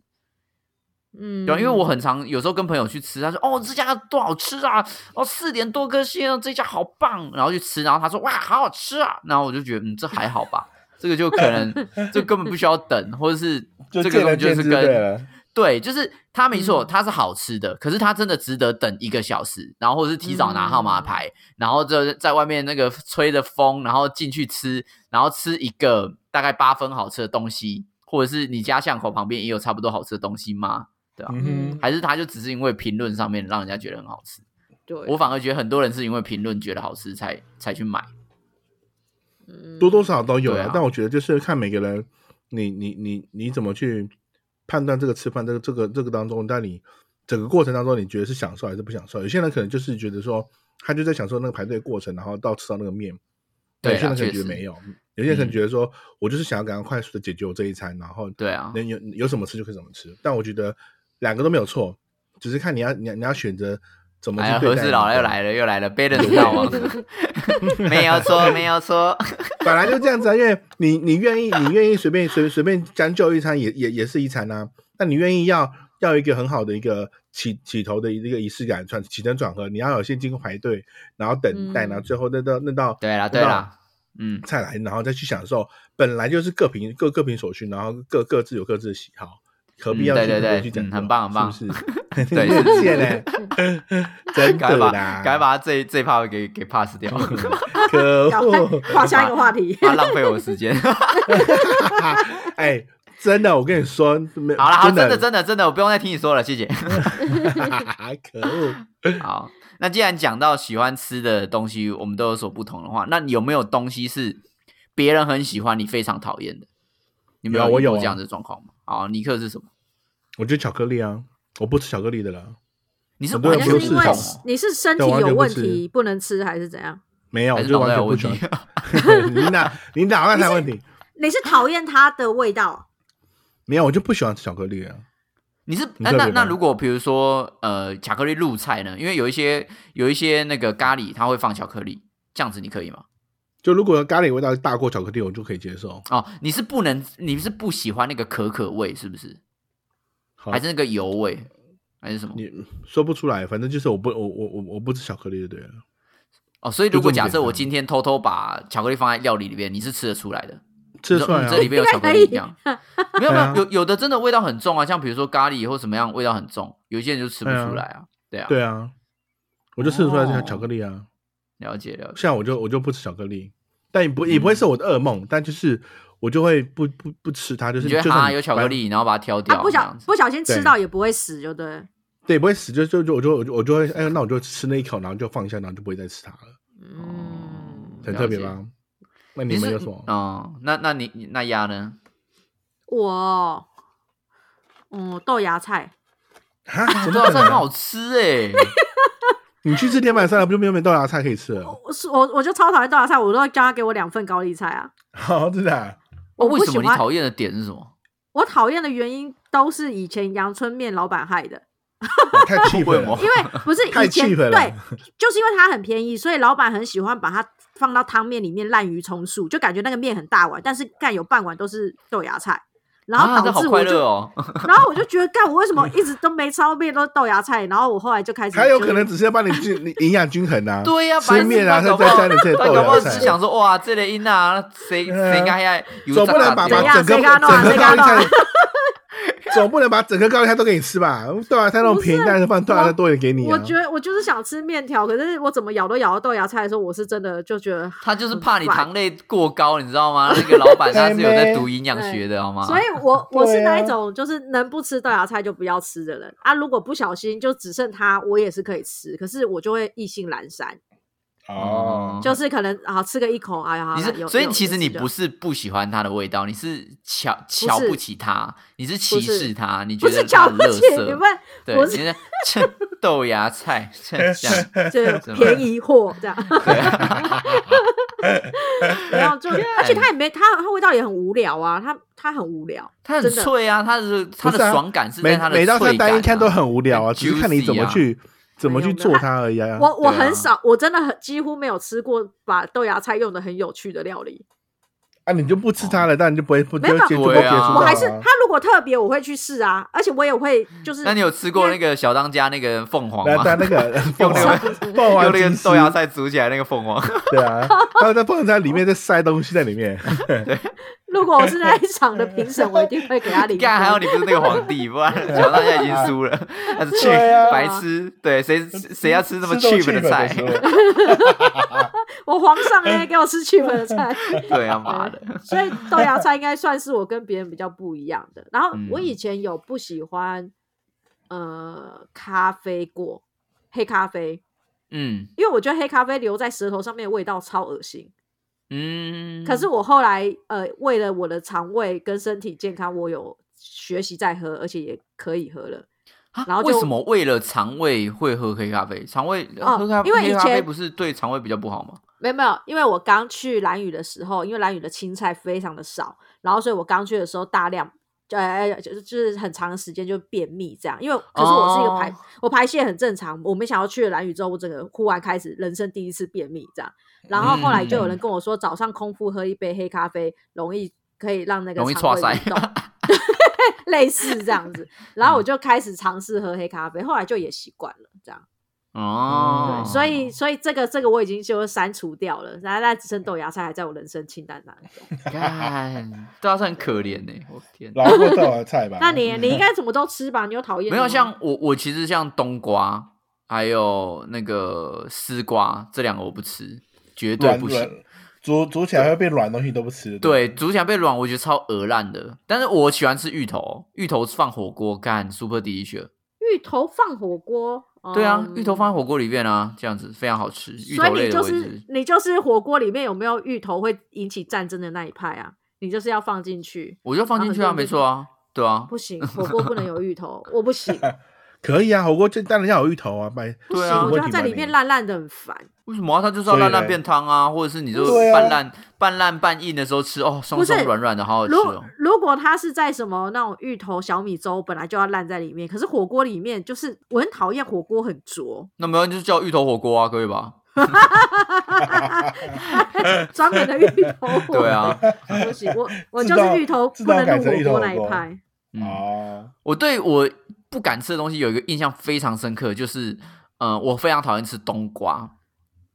[SPEAKER 2] 嗯，
[SPEAKER 3] 对啊、因为我很常有时候跟朋友去吃，他说哦这家多好吃啊，哦四点多颗星哦这家好棒，然后去吃，然后他说哇好好吃啊，然后我就觉得嗯这还好吧，这个就可 能这根本不需要等，或者是这
[SPEAKER 1] 就
[SPEAKER 3] 个
[SPEAKER 1] 见
[SPEAKER 3] 东
[SPEAKER 1] 仁
[SPEAKER 3] 西就
[SPEAKER 1] 见
[SPEAKER 3] 是
[SPEAKER 1] 智
[SPEAKER 3] 跟
[SPEAKER 1] 对了。
[SPEAKER 3] 对，就是它没错，
[SPEAKER 2] 嗯
[SPEAKER 3] 它是好吃的，可是它真的值得等一个小时，然后或者是提早拿号
[SPEAKER 1] 嗯
[SPEAKER 3] 码牌，然后就在外面那个吹着风，然后进去吃，然后吃一个大概八分好吃的东西，或者是你家巷口旁边也有差不多好吃的东西吗？
[SPEAKER 1] 嗯
[SPEAKER 2] 嗯
[SPEAKER 1] 哼，
[SPEAKER 3] 还是它就只是因为评论上面让人家觉得很好吃？
[SPEAKER 2] 对，
[SPEAKER 3] 我反而觉得很多人是因为评论觉得好吃才才去买。
[SPEAKER 2] 嗯
[SPEAKER 1] 多多少少都有
[SPEAKER 3] 对
[SPEAKER 1] 啊
[SPEAKER 3] 啊。
[SPEAKER 1] 但我觉得就是看每个人，你你你你怎么去判断这个吃饭这个这个这个当中，但你整个过程当中，你觉得是享受还是不享受？有些人可能就是觉得说，他就在享受那个排队过程，然后到吃到那个面。
[SPEAKER 3] 对啊
[SPEAKER 1] 有些人可
[SPEAKER 3] 确
[SPEAKER 1] 能觉得
[SPEAKER 3] 实嗯
[SPEAKER 1] 没有，有些人可能觉得说，我就是想要赶快快速的解决我这一餐，然后
[SPEAKER 3] 对啊，
[SPEAKER 1] 能有有什么吃就可以怎么吃。但我觉得两个都没有错，只是看你要你要你要选择怎么
[SPEAKER 3] 哎
[SPEAKER 1] 去
[SPEAKER 3] 呀，
[SPEAKER 1] 对
[SPEAKER 3] 何
[SPEAKER 1] 待
[SPEAKER 3] 事
[SPEAKER 1] 你
[SPEAKER 3] 佬又
[SPEAKER 1] 的
[SPEAKER 3] 来了，又来了，balance 大王， 没有错，没有错。
[SPEAKER 1] 本来就这样子啊，因为你你愿意，你愿意随便随随便将就一餐也也也是一餐啊。那你愿意要要一个很好的一个起起头的一个仪式感，转起承转合，你要有先经过排队，然后等待，
[SPEAKER 2] 嗯
[SPEAKER 1] 然后最后那到那到
[SPEAKER 3] 对啦，对啦，嗯，
[SPEAKER 1] 菜来，然后再去享受。本来就是各凭各各凭所需，然后各各自有各自的喜好，何必
[SPEAKER 3] 嗯
[SPEAKER 1] 要去
[SPEAKER 3] 对对
[SPEAKER 1] 特别
[SPEAKER 3] 对
[SPEAKER 1] 去讲
[SPEAKER 3] 嗯
[SPEAKER 1] 究？啊
[SPEAKER 3] 很棒很棒
[SPEAKER 1] 是不是？
[SPEAKER 3] 对
[SPEAKER 1] 你 很贱嘞， 真
[SPEAKER 3] 改
[SPEAKER 1] 的
[SPEAKER 3] 把
[SPEAKER 1] 啦，
[SPEAKER 3] 改把这这一趴给给 pass 掉， 哦
[SPEAKER 1] 可
[SPEAKER 2] 赶
[SPEAKER 1] 恶
[SPEAKER 2] 快！跨下
[SPEAKER 3] 啊
[SPEAKER 2] 一个话题。
[SPEAKER 3] 怕浪费我时间。
[SPEAKER 1] 哎，真的，我跟你说，没
[SPEAKER 3] 好了，好，真
[SPEAKER 1] 真
[SPEAKER 3] 的真的真的，我不用再听你说了，谢 谢。
[SPEAKER 1] 可恶！
[SPEAKER 3] 好，那既然讲到喜欢吃的东西，我们都有所不同的话，那你有没有东西是别人很喜欢，你非常讨厌的？你们
[SPEAKER 1] 有啊
[SPEAKER 3] 遇
[SPEAKER 1] 我有
[SPEAKER 3] 过
[SPEAKER 1] 啊
[SPEAKER 3] 这样的状况吗？好，尼克是什么？
[SPEAKER 1] 我觉得巧克力啊，我不吃巧克力的了。
[SPEAKER 3] 你是
[SPEAKER 1] 很多
[SPEAKER 3] 完
[SPEAKER 1] 人
[SPEAKER 2] 你
[SPEAKER 3] 全
[SPEAKER 1] 不
[SPEAKER 2] 是
[SPEAKER 1] 是
[SPEAKER 2] 因为
[SPEAKER 1] 市
[SPEAKER 3] 不懂
[SPEAKER 1] 场
[SPEAKER 2] 你是身体
[SPEAKER 1] 对我完全
[SPEAKER 2] 有
[SPEAKER 1] 不
[SPEAKER 2] 问
[SPEAKER 1] 吃
[SPEAKER 2] 题不能吃，还是怎样？
[SPEAKER 1] 没有，
[SPEAKER 3] 还
[SPEAKER 1] 我
[SPEAKER 3] 是脑
[SPEAKER 1] 就完
[SPEAKER 3] 袋
[SPEAKER 1] 全
[SPEAKER 3] 有
[SPEAKER 1] 不
[SPEAKER 3] 问
[SPEAKER 1] 喜
[SPEAKER 3] 题
[SPEAKER 1] 欢。。 你哪你哪方面才有问题？
[SPEAKER 2] 你是讨厌它的味道？
[SPEAKER 1] 没有，我就不喜欢吃巧克力啊。
[SPEAKER 3] 你是
[SPEAKER 1] 你
[SPEAKER 3] 那
[SPEAKER 1] 特
[SPEAKER 3] 那
[SPEAKER 1] 别
[SPEAKER 3] 那
[SPEAKER 1] 吗
[SPEAKER 3] 如果比如说呃巧克力入菜呢？因为有一些有一些那个咖喱它会放巧克力，这样子你可以吗？
[SPEAKER 1] 就如果咖喱味道大过巧克力，我就可以接受。
[SPEAKER 3] 哦，你是不能，你是不喜欢那个可可味是不是？
[SPEAKER 1] 好
[SPEAKER 3] 还，是那个油味，还是什么？
[SPEAKER 1] 哦你说不出来，反正就是我不我我我我不吃巧克力就对了。
[SPEAKER 3] 哦，所以
[SPEAKER 1] 就
[SPEAKER 3] 如果
[SPEAKER 1] 这么
[SPEAKER 3] 假
[SPEAKER 1] 简
[SPEAKER 3] 设我
[SPEAKER 1] 单
[SPEAKER 3] 今天偷偷把巧克力放在料理里面，你是吃得出来的。
[SPEAKER 1] 吃得出来
[SPEAKER 3] 你说嗯这里
[SPEAKER 1] 啊，
[SPEAKER 3] 面有巧 克力一样， 没有没
[SPEAKER 1] 对
[SPEAKER 3] 有
[SPEAKER 1] 啊
[SPEAKER 3] 有有的真的味道很重啊，像比如说咖喱或什么样味道很重，有些人就吃不
[SPEAKER 1] 对啊
[SPEAKER 3] 出来啊。对啊，
[SPEAKER 1] 对啊，我就吃得出来
[SPEAKER 3] 哦
[SPEAKER 1] 是巧克力啊。
[SPEAKER 3] 了解了解。
[SPEAKER 1] 像我就我就不吃巧克力，但也不也
[SPEAKER 3] 嗯
[SPEAKER 1] 不会是我的噩梦，但就是我就会不不不吃它，就是
[SPEAKER 3] 你觉
[SPEAKER 1] 就
[SPEAKER 3] 得
[SPEAKER 1] 算
[SPEAKER 3] 哈
[SPEAKER 1] 你
[SPEAKER 3] 有巧
[SPEAKER 1] 白
[SPEAKER 3] 克力，然后把它挑
[SPEAKER 2] 啊，
[SPEAKER 3] 掉
[SPEAKER 2] 不
[SPEAKER 3] 这
[SPEAKER 2] 小
[SPEAKER 3] 样子，
[SPEAKER 2] 不小心吃
[SPEAKER 1] 对
[SPEAKER 2] 到也不会死，就对了。
[SPEAKER 1] 对，不会死，就就就我就我就我就会，哎呦，那我就吃那一口，然后就放一下，然后就不会再吃它了，
[SPEAKER 2] 嗯，
[SPEAKER 1] 很
[SPEAKER 3] 了
[SPEAKER 1] 特别
[SPEAKER 3] 解
[SPEAKER 1] 吧？那
[SPEAKER 3] 你
[SPEAKER 1] 你们有什么？
[SPEAKER 3] 哦，那那你你那鸭呢？
[SPEAKER 2] 我，嗯，豆芽菜，
[SPEAKER 1] 啊，怎
[SPEAKER 3] 豆
[SPEAKER 1] 么
[SPEAKER 3] 芽
[SPEAKER 1] 可
[SPEAKER 3] 菜很
[SPEAKER 1] 能？
[SPEAKER 3] 好吃哎，
[SPEAKER 1] 你去吃铁板烧了，不就没有没有豆芽菜可以吃 了？
[SPEAKER 2] 我是我我就超讨厌豆芽菜，我都会叫他给我两份高丽菜啊。
[SPEAKER 1] 好，真的啊
[SPEAKER 3] 哦
[SPEAKER 2] 我
[SPEAKER 3] 为
[SPEAKER 2] 不
[SPEAKER 3] 什
[SPEAKER 2] 喜
[SPEAKER 3] 么你
[SPEAKER 2] 欢
[SPEAKER 3] 讨厌的点是什么？
[SPEAKER 2] 我讨厌的原因都是以前阳春面老板害的，
[SPEAKER 1] 太 cheap
[SPEAKER 3] 为什
[SPEAKER 1] 了
[SPEAKER 3] 么
[SPEAKER 2] 因。为不是
[SPEAKER 1] 太
[SPEAKER 2] 以前
[SPEAKER 1] cheap 了
[SPEAKER 2] 对，就是因为它很便宜，所以老板很喜欢把它放到汤面里面滥竽充数，就感觉那个面很大碗，但是干有半碗都是豆芽菜，然
[SPEAKER 3] 啊，
[SPEAKER 2] 后
[SPEAKER 3] 这
[SPEAKER 2] 导
[SPEAKER 3] 好
[SPEAKER 2] 致
[SPEAKER 3] 快
[SPEAKER 2] 我
[SPEAKER 3] 乐
[SPEAKER 2] 就，
[SPEAKER 3] 哦！
[SPEAKER 2] 然后我就觉得干我为什么一直都没吃到面都是豆芽菜，然后我后来就开 始
[SPEAKER 1] 还有
[SPEAKER 2] 就
[SPEAKER 1] 可能只是要帮你均 你营养均衡啊。
[SPEAKER 3] 对呀、白
[SPEAKER 1] 吃面啊，
[SPEAKER 3] 他
[SPEAKER 1] 再再加点这些
[SPEAKER 3] 他
[SPEAKER 1] 豆
[SPEAKER 3] 搞不
[SPEAKER 1] 芽
[SPEAKER 3] 好只
[SPEAKER 1] 菜，
[SPEAKER 3] 想说哇，这类音啊，谁
[SPEAKER 1] 嗯
[SPEAKER 3] 谁该要有
[SPEAKER 1] 总不能把
[SPEAKER 2] 怎
[SPEAKER 1] 把
[SPEAKER 2] 样
[SPEAKER 1] 整个
[SPEAKER 2] 谁
[SPEAKER 1] 整
[SPEAKER 2] 敢
[SPEAKER 1] 个
[SPEAKER 2] 弄啊谁
[SPEAKER 1] 高
[SPEAKER 2] 敢
[SPEAKER 1] 丽
[SPEAKER 2] 弄啊
[SPEAKER 1] 菜，总不能把整个高丽菜都给你吃吧？豆芽菜那么便宜，但是放豆芽菜多一点给你
[SPEAKER 2] 我
[SPEAKER 1] 啊。
[SPEAKER 2] 觉得我就是想吃面条，可是我怎么咬都咬到豆芽菜的时候，我是真的就觉得，
[SPEAKER 3] 他就是 怕你糖类过高，你知道吗？那个老板他是有在读营养学的，好吗？
[SPEAKER 2] 所以我我是
[SPEAKER 1] 对啊
[SPEAKER 2] 那一种就是能不吃豆芽菜就不要吃的人啊。如果不小心就只剩它，我也是可以吃，可是我就会意兴阑珊，
[SPEAKER 1] 哦，
[SPEAKER 2] 就是可能啊吃个一口，哎呀，
[SPEAKER 3] 你
[SPEAKER 2] 有
[SPEAKER 3] 是，所以
[SPEAKER 2] 有
[SPEAKER 3] 其实
[SPEAKER 2] 有
[SPEAKER 3] 你
[SPEAKER 2] 吃就
[SPEAKER 3] 不是不喜欢它的味道，你是瞧瞧不起它，你是歧视它，你觉
[SPEAKER 2] 不
[SPEAKER 3] 得
[SPEAKER 2] 是
[SPEAKER 3] 它
[SPEAKER 2] 瞧
[SPEAKER 3] 很
[SPEAKER 2] 不
[SPEAKER 3] 垃
[SPEAKER 2] 起 你
[SPEAKER 3] 圾，
[SPEAKER 2] 们，
[SPEAKER 3] 对，
[SPEAKER 2] 不
[SPEAKER 3] 你
[SPEAKER 2] 是
[SPEAKER 3] 是趁 豆芽菜趁这样，
[SPEAKER 2] 就是便宜货这样。 然 后就，而且它也没它它味道也很无聊啊，它它很无聊，
[SPEAKER 3] 它很
[SPEAKER 2] 真的
[SPEAKER 3] 脆啊，它的它
[SPEAKER 1] 不是
[SPEAKER 3] 的
[SPEAKER 1] 啊
[SPEAKER 3] 爽感是在
[SPEAKER 1] 每
[SPEAKER 3] 它的
[SPEAKER 1] 每道菜
[SPEAKER 3] 脆感、啊。
[SPEAKER 1] 单一看都很无聊啊，
[SPEAKER 3] 很
[SPEAKER 1] 只是看你
[SPEAKER 3] juicy
[SPEAKER 1] 怎么
[SPEAKER 3] 啊
[SPEAKER 1] 去怎么
[SPEAKER 2] 没
[SPEAKER 1] 去
[SPEAKER 2] 有
[SPEAKER 1] 做
[SPEAKER 2] 没有
[SPEAKER 1] 它而已啊。
[SPEAKER 2] 我我
[SPEAKER 3] 对啊
[SPEAKER 2] 很少，我真的很几乎没有吃过把豆芽菜用的很有趣的料理。
[SPEAKER 1] 啊，你就不吃它了，那你就不会不
[SPEAKER 2] 没
[SPEAKER 1] 就
[SPEAKER 2] 有
[SPEAKER 3] 哦没
[SPEAKER 1] 会接触不
[SPEAKER 3] 有
[SPEAKER 1] 会接触到
[SPEAKER 2] 我还是
[SPEAKER 1] 啊
[SPEAKER 2] 它如果特别，我会去试啊，而且我也会就
[SPEAKER 3] 嗯
[SPEAKER 2] 是。
[SPEAKER 3] 那你有吃过
[SPEAKER 2] 因
[SPEAKER 3] 那
[SPEAKER 2] 为
[SPEAKER 3] 个小当家那个凤 凰
[SPEAKER 1] 啊来
[SPEAKER 3] 吗？
[SPEAKER 1] 但那 个
[SPEAKER 3] 用
[SPEAKER 1] 凤
[SPEAKER 3] 那
[SPEAKER 1] 凰
[SPEAKER 3] 个
[SPEAKER 1] 凤
[SPEAKER 3] 用
[SPEAKER 1] 凰
[SPEAKER 3] 那
[SPEAKER 1] 金
[SPEAKER 3] 个
[SPEAKER 1] 丝
[SPEAKER 3] 豆芽菜煮起来那个凤 凰，
[SPEAKER 1] 对啊，他在凤凰在里面在塞东西在里面，
[SPEAKER 2] 如果我是那一场的评审，我一定会给 他零分。
[SPEAKER 3] 干还好你不是那个皇 帝，不然小当家已经输了。那是 cheap、
[SPEAKER 1] 对啊
[SPEAKER 3] 白痴，对谁谁要 吃这么
[SPEAKER 1] 吃种
[SPEAKER 3] cheap 的
[SPEAKER 1] 的
[SPEAKER 3] 菜？
[SPEAKER 1] 食物
[SPEAKER 2] 我皇上哎，给我吃去粉的菜。
[SPEAKER 3] 对啊，妈的，
[SPEAKER 2] 所以豆芽菜应该算是我跟别人比较不一样的。然后
[SPEAKER 3] 嗯
[SPEAKER 2] 我以前有不喜欢呃咖啡过，黑咖啡，
[SPEAKER 3] 嗯
[SPEAKER 2] 因为我觉得黑咖啡留在舌头上面的味道超恶心。
[SPEAKER 3] 嗯。
[SPEAKER 2] 可是我后来呃，为了我的肠胃跟身体健康，我有学习在喝，而且也可以喝了。
[SPEAKER 3] 啊
[SPEAKER 2] 然后
[SPEAKER 3] 为
[SPEAKER 2] 就
[SPEAKER 3] 什么为了肠胃会喝黑咖啡？肠胃、
[SPEAKER 2] 哦
[SPEAKER 3] 喝咖啡，
[SPEAKER 2] 因为以
[SPEAKER 3] 黑咖啡
[SPEAKER 2] 前
[SPEAKER 3] 不是对肠胃比较不好吗？
[SPEAKER 2] 没有没有，因为我刚去兰屿的时候，因为兰屿的青菜非常的少，然后所以我刚去的时候大量。呃，就是就是很长的时间就便秘这样，因为可是我是一个排、
[SPEAKER 3] 哦
[SPEAKER 2] 我排泄很正常。我没想到去了兰屿之后，我整个忽然开始人生第一次便秘这样。
[SPEAKER 3] 嗯
[SPEAKER 2] 然后后来就有人跟我说，早上空腹喝一杯黑咖啡，容易可以让那个
[SPEAKER 3] 容易
[SPEAKER 2] 肠
[SPEAKER 3] 岔
[SPEAKER 2] 胃
[SPEAKER 3] 塞嗯
[SPEAKER 2] 蠕动 类似这样 子。然后我就开始尝试喝黑咖啡，后来就也习惯了这样。
[SPEAKER 3] 哦
[SPEAKER 2] 对，所以所以这个这个我已经就删除掉了，然后那只剩豆芽菜还在我人生清单哦当中。
[SPEAKER 3] 干，对啊，是很可怜呢、我天，
[SPEAKER 1] 嗯老过豆芽 菜吧？
[SPEAKER 2] 那你你应该怎么都吃吧？你有讨厌
[SPEAKER 3] 哦
[SPEAKER 2] 的吗？
[SPEAKER 3] 没有像我，我其实像冬瓜还有那个丝瓜这两个我不吃，绝对
[SPEAKER 1] 软
[SPEAKER 3] 不
[SPEAKER 1] 软
[SPEAKER 3] 行。
[SPEAKER 1] 煮煮起来会变软的东西都不吃。
[SPEAKER 3] 对，煮起来被软，我觉得超鹅烂的。但是我喜欢吃芋头，芋头放火锅干 super delicious。
[SPEAKER 2] 芋头放火锅，
[SPEAKER 3] 对啊，
[SPEAKER 2] 嗯
[SPEAKER 3] 芋头。放在火锅里面啊，这样子非常好吃。芋
[SPEAKER 2] 所
[SPEAKER 3] 头
[SPEAKER 2] 以
[SPEAKER 3] 类
[SPEAKER 2] 你
[SPEAKER 3] 的
[SPEAKER 2] 就
[SPEAKER 3] 我也
[SPEAKER 2] 是你就是火锅里面有没有芋头会引起战争的那一派啊？你就是要放进去，
[SPEAKER 3] 我就放进去啊，
[SPEAKER 2] 然后很多人
[SPEAKER 3] 没
[SPEAKER 2] 就
[SPEAKER 3] 错啊，对啊，
[SPEAKER 2] 不行，火锅不能有芋头，我 不行，
[SPEAKER 1] 可以啊，火锅就当然要有芋头啊，拜。
[SPEAKER 2] 不
[SPEAKER 3] 对
[SPEAKER 2] 行，
[SPEAKER 3] 啊
[SPEAKER 2] 我觉得它在里面烂烂的很烦。
[SPEAKER 3] 为什么啊、它就是要
[SPEAKER 1] 所以
[SPEAKER 3] 烂烂
[SPEAKER 1] 嘞
[SPEAKER 3] 变汤啊，或者是你就
[SPEAKER 1] 对啊
[SPEAKER 3] 半烂、半烂半硬的时候吃，哦，松
[SPEAKER 2] 不是
[SPEAKER 3] 松软软的，好好吃
[SPEAKER 2] 如
[SPEAKER 3] 哦。
[SPEAKER 2] 如果它是在什么那种芋头小米粥，本来就要烂在里面，可是火锅里面就是我很讨厌火锅很浊，
[SPEAKER 3] 那没有，就叫芋头火锅啊，可以吧？
[SPEAKER 2] 专门的芋头火锅。
[SPEAKER 3] 对啊，
[SPEAKER 2] 不行，我我就是芋头
[SPEAKER 1] 自
[SPEAKER 2] 不
[SPEAKER 1] 动
[SPEAKER 2] 能
[SPEAKER 1] 改成
[SPEAKER 2] 入
[SPEAKER 1] 芋
[SPEAKER 2] 火
[SPEAKER 1] 头
[SPEAKER 2] 锅
[SPEAKER 1] 火
[SPEAKER 2] 那一
[SPEAKER 1] 锅
[SPEAKER 2] 派。
[SPEAKER 3] 嗯，
[SPEAKER 1] 哦，
[SPEAKER 3] 我对我不敢吃的东西有一个印象非常深刻，就是，呃，我非常讨厌吃冬瓜，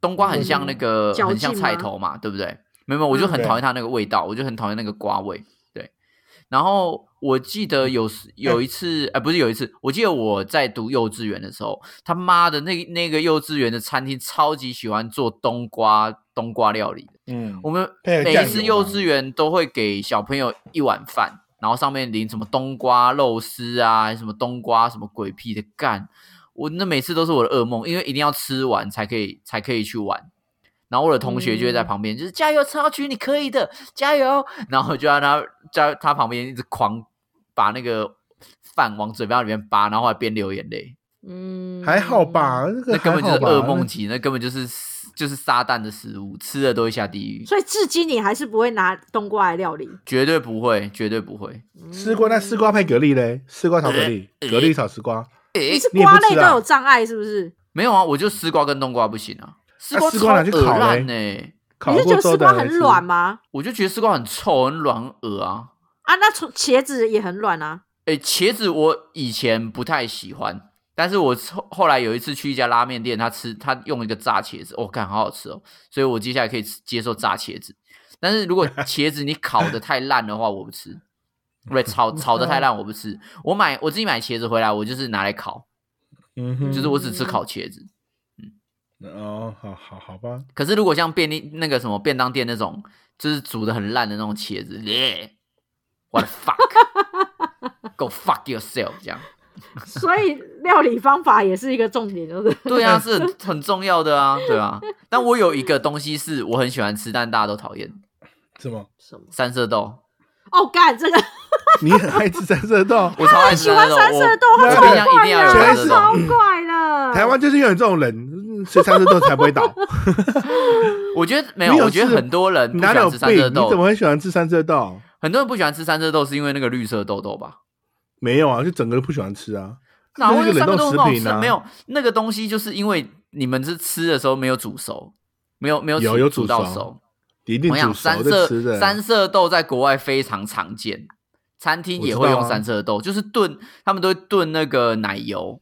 [SPEAKER 3] 冬瓜很像那个、
[SPEAKER 2] 嗯嚼劲吗嗯
[SPEAKER 3] 很像菜头嘛，对不对？没有，没有，我就很讨厌它那个味道，我就很讨厌那个瓜味。对，然后我记得有时有
[SPEAKER 2] 哎
[SPEAKER 3] 一次，呃，不是有一次，我记得我在读幼稚园的时候，他妈的那那个幼稚园的餐厅超级喜欢做冬瓜冬瓜料理的。
[SPEAKER 1] 嗯，
[SPEAKER 3] 我们
[SPEAKER 1] 配合
[SPEAKER 3] 每一
[SPEAKER 1] 酱
[SPEAKER 3] 次
[SPEAKER 1] 油啊
[SPEAKER 3] 幼
[SPEAKER 1] 吗
[SPEAKER 3] 稚园都会给小朋友一碗饭，然后上面淋什么冬瓜肉丝啊，什么冬瓜什么鬼屁的干，我那每次都是我的噩梦，因为一定要吃完才可以才可以去玩。然后我的同学就会在
[SPEAKER 2] 嗯
[SPEAKER 3] 旁边，就是加油，陈浩群，你可以的，加油！然后就让他在他旁边一直狂把那个饭往嘴巴里面扒，然后还边流眼泪，
[SPEAKER 2] 嗯，
[SPEAKER 1] 还好吧，？那个
[SPEAKER 3] 那根本就
[SPEAKER 1] 还
[SPEAKER 3] 是
[SPEAKER 1] 好
[SPEAKER 3] 噩
[SPEAKER 1] 吧
[SPEAKER 3] 梦。级，那根本就是就是撒旦的食物，吃了都会下地狱。
[SPEAKER 2] 所以至今你还是不会拿冬瓜来料理。
[SPEAKER 3] 绝对不会，绝对不会。
[SPEAKER 1] 那丝瓜那丝瓜配蛤蜊嘞，丝瓜炒蛤蜊，
[SPEAKER 3] 嗯哎
[SPEAKER 1] 蛤蜊炒丝瓜，
[SPEAKER 2] 你是
[SPEAKER 1] 你也不
[SPEAKER 2] 瓜类
[SPEAKER 1] 吃
[SPEAKER 2] 都
[SPEAKER 1] 啊
[SPEAKER 2] 有障碍是不是？
[SPEAKER 3] 没有啊，我就丝瓜跟冬瓜不行啊，丝瓜
[SPEAKER 1] 啊丝瓜拿去
[SPEAKER 3] 超恶
[SPEAKER 1] 烤
[SPEAKER 3] 烂呢、
[SPEAKER 1] 嘞烤
[SPEAKER 2] 你是
[SPEAKER 1] 过
[SPEAKER 2] 觉得
[SPEAKER 1] 之后
[SPEAKER 2] 丝
[SPEAKER 1] 的
[SPEAKER 2] 瓜很软？吗？
[SPEAKER 3] 我就觉得丝瓜很臭、很软、很恶啊。
[SPEAKER 2] 啊，那从茄子也很软啊。
[SPEAKER 3] 诶，茄子我以前不太喜欢，但是我后后来有一次去一家拉面店，他吃他用一个炸茄子，我、哦、看好好吃哦，所以我接下来可以吃接受炸茄子。但是如果茄子你烤的太烂的话，我不吃。不对， 炒炒的太烂我不吃。我买我自己买茄子回来，我就是拿来烤，
[SPEAKER 1] 嗯哼，
[SPEAKER 3] 就是我只吃烤茄子。
[SPEAKER 1] 哦，好好好吧，
[SPEAKER 3] 可是如果像便利那个什么便当店那种，就是煮的很烂的那种茄子，耶，what the fuck，go fuck yourself，这样，
[SPEAKER 2] 所以料理方法也是一个重点，就是
[SPEAKER 3] 对啊，是很很重要的啊，对啊。但我有一个东西是我很喜欢吃，但大家都讨厌，
[SPEAKER 1] 什么？
[SPEAKER 2] 什么？
[SPEAKER 3] 三色豆，
[SPEAKER 2] 哦，干这个
[SPEAKER 1] 你很爱吃三色 豆？
[SPEAKER 3] 我超爱吃
[SPEAKER 2] 喜欢
[SPEAKER 3] 豆，
[SPEAKER 2] 三色豆，
[SPEAKER 3] 我
[SPEAKER 1] 那
[SPEAKER 2] 它超
[SPEAKER 1] 个
[SPEAKER 3] 冰箱一定要有
[SPEAKER 1] 全
[SPEAKER 3] 三色
[SPEAKER 2] 怪的，
[SPEAKER 1] 是
[SPEAKER 3] 豆。
[SPEAKER 2] 超怪的。
[SPEAKER 1] 台湾就是有你这种人，所以三色豆才不会倒。
[SPEAKER 3] 我觉得没
[SPEAKER 1] 你
[SPEAKER 3] 有，
[SPEAKER 1] 有
[SPEAKER 3] 我觉得
[SPEAKER 1] 吃
[SPEAKER 3] 很多人不
[SPEAKER 1] 你哪
[SPEAKER 3] 喜
[SPEAKER 1] 里有
[SPEAKER 3] 欢吃三
[SPEAKER 1] 病？
[SPEAKER 3] 色
[SPEAKER 1] 你怎么
[SPEAKER 3] 豆，
[SPEAKER 1] 会喜欢吃三色豆？
[SPEAKER 3] 很多人不喜欢吃三色豆是因为那个绿色豆豆吧？
[SPEAKER 1] 没有啊，就整个都不喜欢吃啊。
[SPEAKER 3] 哪
[SPEAKER 1] 那
[SPEAKER 3] 会
[SPEAKER 1] 是一
[SPEAKER 3] 有
[SPEAKER 1] 个
[SPEAKER 3] 三
[SPEAKER 1] 冷
[SPEAKER 3] 色
[SPEAKER 1] 冻
[SPEAKER 3] 豆
[SPEAKER 1] 食
[SPEAKER 3] 很好
[SPEAKER 1] 品
[SPEAKER 3] 吃
[SPEAKER 1] 啊
[SPEAKER 3] 没有那个东西，就是因为你们是吃的时候没有煮熟，没有没有
[SPEAKER 1] 有
[SPEAKER 3] 煮
[SPEAKER 1] 有
[SPEAKER 3] 煮
[SPEAKER 1] 煮
[SPEAKER 3] 到
[SPEAKER 1] 熟
[SPEAKER 3] 熟。
[SPEAKER 1] 一定
[SPEAKER 3] 我想
[SPEAKER 1] 煮
[SPEAKER 3] 三
[SPEAKER 1] 熟的
[SPEAKER 3] 色
[SPEAKER 1] 吃的。
[SPEAKER 3] 三色豆在国外非常常见，餐厅
[SPEAKER 1] 我
[SPEAKER 3] 也
[SPEAKER 1] 知
[SPEAKER 3] 会
[SPEAKER 1] 道
[SPEAKER 3] 用
[SPEAKER 1] 啊
[SPEAKER 3] 三色豆，就是炖，他们都会炖那个奶油。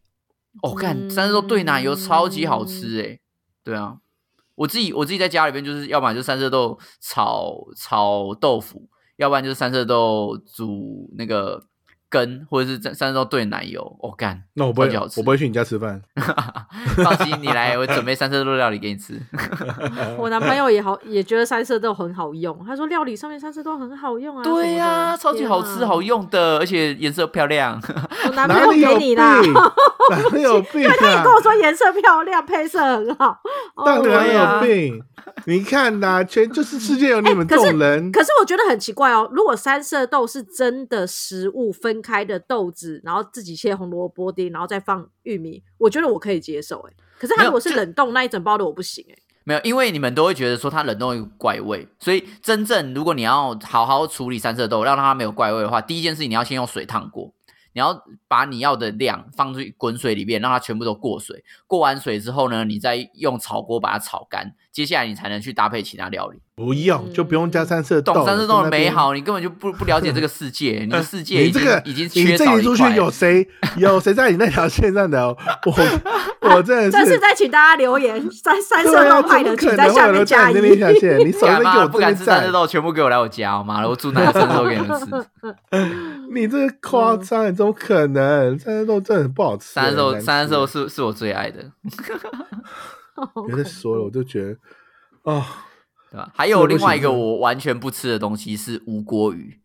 [SPEAKER 3] 哦，看三色豆兑奶油超级好吃诶、对啊，我自己我自己在家里边就是，要不然就三色豆炒炒豆腐，要不然就是三色豆煮那个根，或者是三三色豆炖奶油。哦，干，
[SPEAKER 1] 那我不会，
[SPEAKER 3] 超级好吃
[SPEAKER 1] 我不会去你家吃饭。
[SPEAKER 3] 放心，你来，我准备三色豆料理给你吃。
[SPEAKER 2] 我男朋友也好，也觉得三色豆很好用。他说料理上面三色豆很好用啊。
[SPEAKER 3] 对
[SPEAKER 2] 呀、
[SPEAKER 3] 呀、超级好
[SPEAKER 2] 啊
[SPEAKER 3] 吃好。用的，而且颜色漂亮。
[SPEAKER 2] 天哪我男朋
[SPEAKER 1] 哪
[SPEAKER 2] 友
[SPEAKER 1] 里有
[SPEAKER 2] 给
[SPEAKER 1] 病？
[SPEAKER 2] 你啊啦，
[SPEAKER 1] 哪里有病啊
[SPEAKER 2] 跟？我说颜色漂亮，配色很好。哦
[SPEAKER 1] 当
[SPEAKER 3] 对啊
[SPEAKER 1] 然有病！你看呐，全就是世界有你们这种人，
[SPEAKER 2] 哎可是我觉得很奇怪哦，如果三色豆是真的食物分开的豆子，然后自己切红萝卜丁，然后再放玉米，我觉得我可以接受哎。可是它
[SPEAKER 3] 没有
[SPEAKER 2] 如果是
[SPEAKER 3] 就
[SPEAKER 2] 冷冻那一整包的，我不行哎。
[SPEAKER 3] 没有，因为你们都会觉得说它冷冻有怪味，所以真正如果你要好好处理三色豆，让它没有怪味的话，第一件事情你要先用水烫过，你要把你要的量放进滚水里面，让它全部都过水。过完水之后呢，你再用炒锅把它炒干，接下来你才能去搭配其他料理。
[SPEAKER 1] 不用就不用加三色
[SPEAKER 3] 嗯
[SPEAKER 1] 豆
[SPEAKER 3] 懂
[SPEAKER 1] 了。
[SPEAKER 3] 三色豆的
[SPEAKER 1] 在那 边
[SPEAKER 3] 美，好，你根本就不不了解这个世界，你的世界
[SPEAKER 1] 你
[SPEAKER 3] 已经
[SPEAKER 1] 这个
[SPEAKER 3] 已经缺
[SPEAKER 1] 你这
[SPEAKER 3] 少
[SPEAKER 1] 里
[SPEAKER 3] 一
[SPEAKER 1] 出
[SPEAKER 3] 块
[SPEAKER 1] 去。有谁有谁在你那条线上的哦？ 我我真的
[SPEAKER 2] 但
[SPEAKER 1] 是
[SPEAKER 2] 是再请大家 留言，三三色
[SPEAKER 1] 对啊，
[SPEAKER 2] 豆
[SPEAKER 1] 怎
[SPEAKER 2] 派
[SPEAKER 1] 么
[SPEAKER 2] 的，
[SPEAKER 1] 可
[SPEAKER 2] 请在
[SPEAKER 1] 能会
[SPEAKER 2] 下
[SPEAKER 1] 有
[SPEAKER 2] 面
[SPEAKER 1] 人在
[SPEAKER 2] 加
[SPEAKER 1] 你
[SPEAKER 2] 一
[SPEAKER 1] 那。边条线？你手
[SPEAKER 3] 干
[SPEAKER 1] 上给
[SPEAKER 3] 嘛
[SPEAKER 1] 我
[SPEAKER 3] 不
[SPEAKER 1] 这
[SPEAKER 3] 敢
[SPEAKER 1] 边
[SPEAKER 3] 吃三色
[SPEAKER 1] 站，
[SPEAKER 3] 豆，全部给我来我家，好吗？我煮奶三色豆给你们吃。
[SPEAKER 1] 你这个夸张，你怎么可能？三色豆真的很不好吃，
[SPEAKER 3] 三色豆，
[SPEAKER 1] 很难吃
[SPEAKER 3] 三色豆是是我最爱的。
[SPEAKER 1] 别再说了，我就觉得哦，
[SPEAKER 3] 对吧？还有
[SPEAKER 1] 这个不
[SPEAKER 3] 另外一个
[SPEAKER 1] 行啊这个
[SPEAKER 3] 我完全不吃的东西是无锅鱼，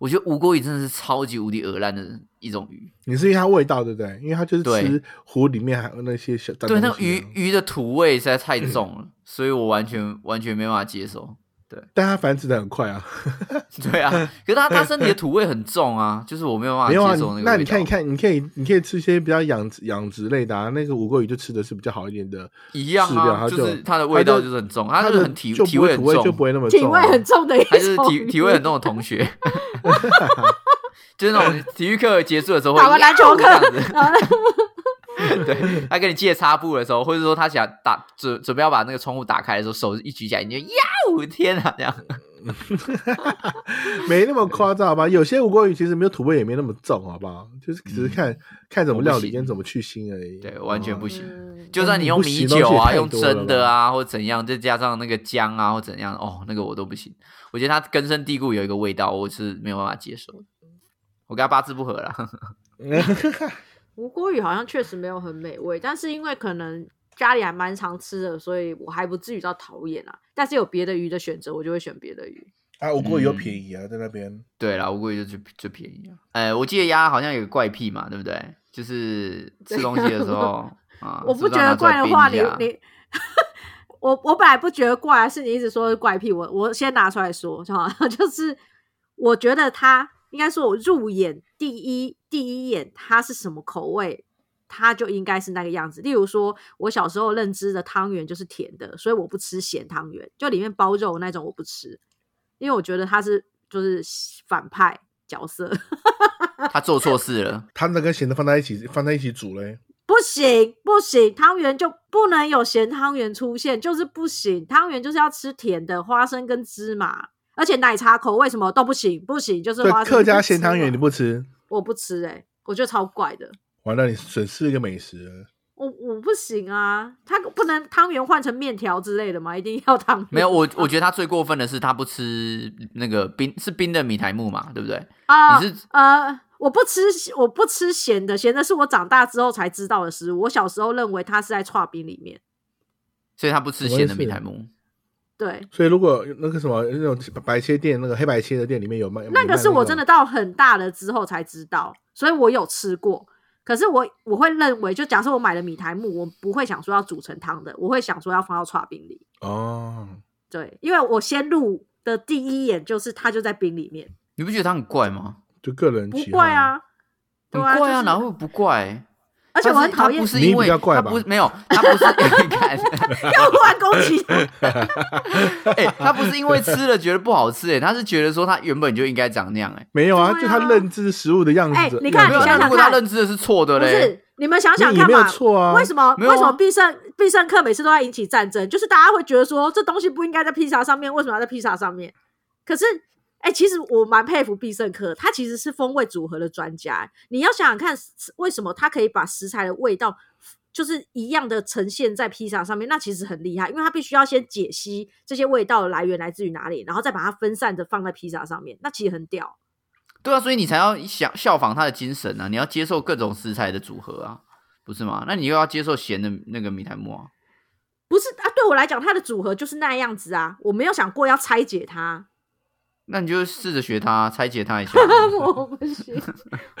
[SPEAKER 3] 我觉得无锅鱼真的是超级无敌恶烂的一种鱼。
[SPEAKER 1] 你是因为它味道对不对？因为它就是
[SPEAKER 3] 对
[SPEAKER 1] 吃湖里面还有那些小脏
[SPEAKER 3] 对，那
[SPEAKER 1] 东
[SPEAKER 3] 个
[SPEAKER 1] 西啊嗯
[SPEAKER 3] 鱼鱼的土味实在太重了，所以我完全完全没办法接 受。
[SPEAKER 1] 但它繁殖的很快啊。
[SPEAKER 3] 对啊，可是它它身体的土味很重啊，就是我没有办法
[SPEAKER 1] 没有啊，
[SPEAKER 3] 接
[SPEAKER 1] 你
[SPEAKER 3] 受那个味道。
[SPEAKER 1] 那你看，你看，你可以，你可以吃一些比较养殖养殖类的啊。那个五桂鱼就吃的是比较好一点的
[SPEAKER 3] 一样
[SPEAKER 1] 饲料，
[SPEAKER 3] 啊，
[SPEAKER 1] 它
[SPEAKER 3] 就是
[SPEAKER 1] 它
[SPEAKER 3] 它的味道
[SPEAKER 1] 就
[SPEAKER 3] 就是很重，
[SPEAKER 1] 它
[SPEAKER 3] 它就
[SPEAKER 1] 的
[SPEAKER 3] 是很体
[SPEAKER 1] 就
[SPEAKER 3] 体
[SPEAKER 1] 不会
[SPEAKER 3] 味很
[SPEAKER 1] 土味就不
[SPEAKER 3] 重，
[SPEAKER 1] 会那么重
[SPEAKER 2] 体
[SPEAKER 1] 啊，
[SPEAKER 2] 味很重的一
[SPEAKER 3] 它就是
[SPEAKER 2] 种
[SPEAKER 3] 体
[SPEAKER 2] 鱼
[SPEAKER 3] 体味很重的同学，就是那种体育课结束的时候会
[SPEAKER 2] 打完篮球课
[SPEAKER 3] 这样子，
[SPEAKER 2] 然后
[SPEAKER 3] 对他跟你借擦布的时候，或者说他想打准准备要把那个窗户打开的时候，手一举起来，你就呀，我的天啊，这样
[SPEAKER 1] 没那么夸张好啊吧？有些五桂鱼其实没有土味，也没那么重，好不好？就是只是看、看怎么料
[SPEAKER 3] 我不
[SPEAKER 1] 理
[SPEAKER 3] 行
[SPEAKER 1] 跟怎么去腥而已。啊
[SPEAKER 3] 对，完嗯全不
[SPEAKER 1] 行。
[SPEAKER 3] 行。
[SPEAKER 2] 嗯
[SPEAKER 3] 就算你
[SPEAKER 1] 你
[SPEAKER 3] 用
[SPEAKER 1] 不
[SPEAKER 3] 米
[SPEAKER 1] 行
[SPEAKER 3] 酒
[SPEAKER 1] 东西
[SPEAKER 3] 啊，
[SPEAKER 1] 也太
[SPEAKER 3] 用
[SPEAKER 1] 多了
[SPEAKER 3] 蒸的
[SPEAKER 1] 吧
[SPEAKER 3] 啊，或怎样，再加上那个姜啊，或怎样，哦，那个我都不行。我觉得它根深蒂固有一个味道，我是没有办法接受的。我跟他八字不合了，
[SPEAKER 2] 无锅鱼好像确实没有很美味，但是因为可能家里还蛮常吃的，所以我还不至于到讨厌啊。但是有别的鱼的选择，我就会选别的鱼。
[SPEAKER 1] 啊，五桂鱼又
[SPEAKER 3] 嗯
[SPEAKER 1] 便宜啊，在那边。
[SPEAKER 3] 对啦，乌龟就最最便宜啊。哎，我记得鸭好像有个怪癖嘛，对不对？就是吃东西的时 候啊，
[SPEAKER 2] 我
[SPEAKER 3] 是
[SPEAKER 2] 不
[SPEAKER 3] 是
[SPEAKER 2] 觉
[SPEAKER 3] 要拿
[SPEAKER 2] 得
[SPEAKER 3] 出来
[SPEAKER 2] 怪的
[SPEAKER 3] 冰
[SPEAKER 2] 话，
[SPEAKER 3] 一
[SPEAKER 2] 你
[SPEAKER 3] 下
[SPEAKER 2] 你。 我我本来不觉得怪，啊是你一直说是怪癖，我我先拿出来说，哈， 就是我觉得它应该说，我入眼第一第一眼它是什么口味，它就应该是那个样子。例如说，我小时候认知的汤圆就是甜的，所以我不吃咸汤圆，就里面包肉那种我不吃，因为我觉得它是就是反派角色，
[SPEAKER 3] 他做错事 了。
[SPEAKER 1] 它那跟咸的放在一起，放在一起煮嘞。
[SPEAKER 2] 不行不行，汤圆就不能有咸汤圆出现，就是不行。汤圆就是要吃甜的，花生跟芝麻，而且奶茶口味什么都不行，不啊行，就是
[SPEAKER 1] 对
[SPEAKER 2] 花，生。
[SPEAKER 1] 客家咸汤圆你不吃，
[SPEAKER 2] 我不吃哎、我觉得超怪的，
[SPEAKER 1] 完了你损失一个美食了。
[SPEAKER 2] 我我不行啊，它不能汤圆换成面条之类的吗？一定要汤圆？
[SPEAKER 3] 没有，我我觉得他最过分的是他不吃那个冰是冰的米苔木嘛，对不对？
[SPEAKER 2] 啊、
[SPEAKER 3] 你是
[SPEAKER 2] 呃，我不吃我不吃咸的，咸的是我长大之后才知道的食物，我小时候认为它是在串冰里面，
[SPEAKER 3] 所以他不吃咸的米苔木。
[SPEAKER 2] 对，
[SPEAKER 1] 所以如果那个什么那种白切店，那个黑白切的店里面有卖，有卖
[SPEAKER 2] 那个是我真的
[SPEAKER 1] 种
[SPEAKER 2] 到很大了之后才知道，所以我有吃过。可是我我会认为，就假设我买了米苔木，我不会想说要煮成汤的，我会想说要放到刨冰里。
[SPEAKER 1] 哦，
[SPEAKER 2] 对，因为我先入的第一眼就是它就在冰里面，
[SPEAKER 3] 你不觉得他很怪吗？
[SPEAKER 1] 就个人
[SPEAKER 2] 不
[SPEAKER 1] 喜好
[SPEAKER 2] 怪，啊，
[SPEAKER 3] 很
[SPEAKER 2] 对啊，
[SPEAKER 3] 怪
[SPEAKER 2] 就是
[SPEAKER 3] 哪会不怪？
[SPEAKER 2] 而且我很讨厌
[SPEAKER 3] 他是他不是因
[SPEAKER 1] 你比
[SPEAKER 3] 为
[SPEAKER 1] 较怪
[SPEAKER 3] 他
[SPEAKER 1] 吧
[SPEAKER 3] 不是没有，他不是 你看，
[SPEAKER 2] 要突然攻击他，
[SPEAKER 3] 哎、他不是因为吃了觉得不好吃、哎，他是觉得说他原本就应该长那样、哎，
[SPEAKER 1] 没有啊，
[SPEAKER 2] 对啊
[SPEAKER 1] 就他认知食物的样子。
[SPEAKER 2] 哎你
[SPEAKER 1] 样
[SPEAKER 2] 看
[SPEAKER 1] 子
[SPEAKER 2] 你
[SPEAKER 3] 没有，那
[SPEAKER 2] 想想
[SPEAKER 1] 啊
[SPEAKER 3] 如果他
[SPEAKER 2] 看
[SPEAKER 3] 认知的是错的
[SPEAKER 2] 不
[SPEAKER 3] 嘞，
[SPEAKER 2] 是你们想想
[SPEAKER 1] 你也
[SPEAKER 2] 看
[SPEAKER 1] 没有
[SPEAKER 2] 嘛，
[SPEAKER 1] 错啊，
[SPEAKER 2] 为什么、
[SPEAKER 3] 没有啊
[SPEAKER 2] 为什么必胜必胜客每次都要引起战争？就是大家会觉得说这东西不应该在披萨上面，为什么要在披萨上面？可是，哎、其实我蛮佩服必胜客，他其实是风味组合的专家。你要想想看，为什么他可以把食材的味道就是一样的呈现在披萨上面？那其实很厉害，因为他必须要先解析这些味道的来源来自于哪里，然后再把它分散的放在披萨上面，那其实很屌。
[SPEAKER 3] 对啊，所以你才要想效仿他的精神啊，你要接受各种食材的组合啊，不是吗？那你又要接受咸的那个米苔木啊，
[SPEAKER 2] 不是啊，对我来讲，它的组合就是那样子啊，我没有想过要拆解它。
[SPEAKER 3] 那你就试着学他啊，拆解他一下。
[SPEAKER 2] 我不行，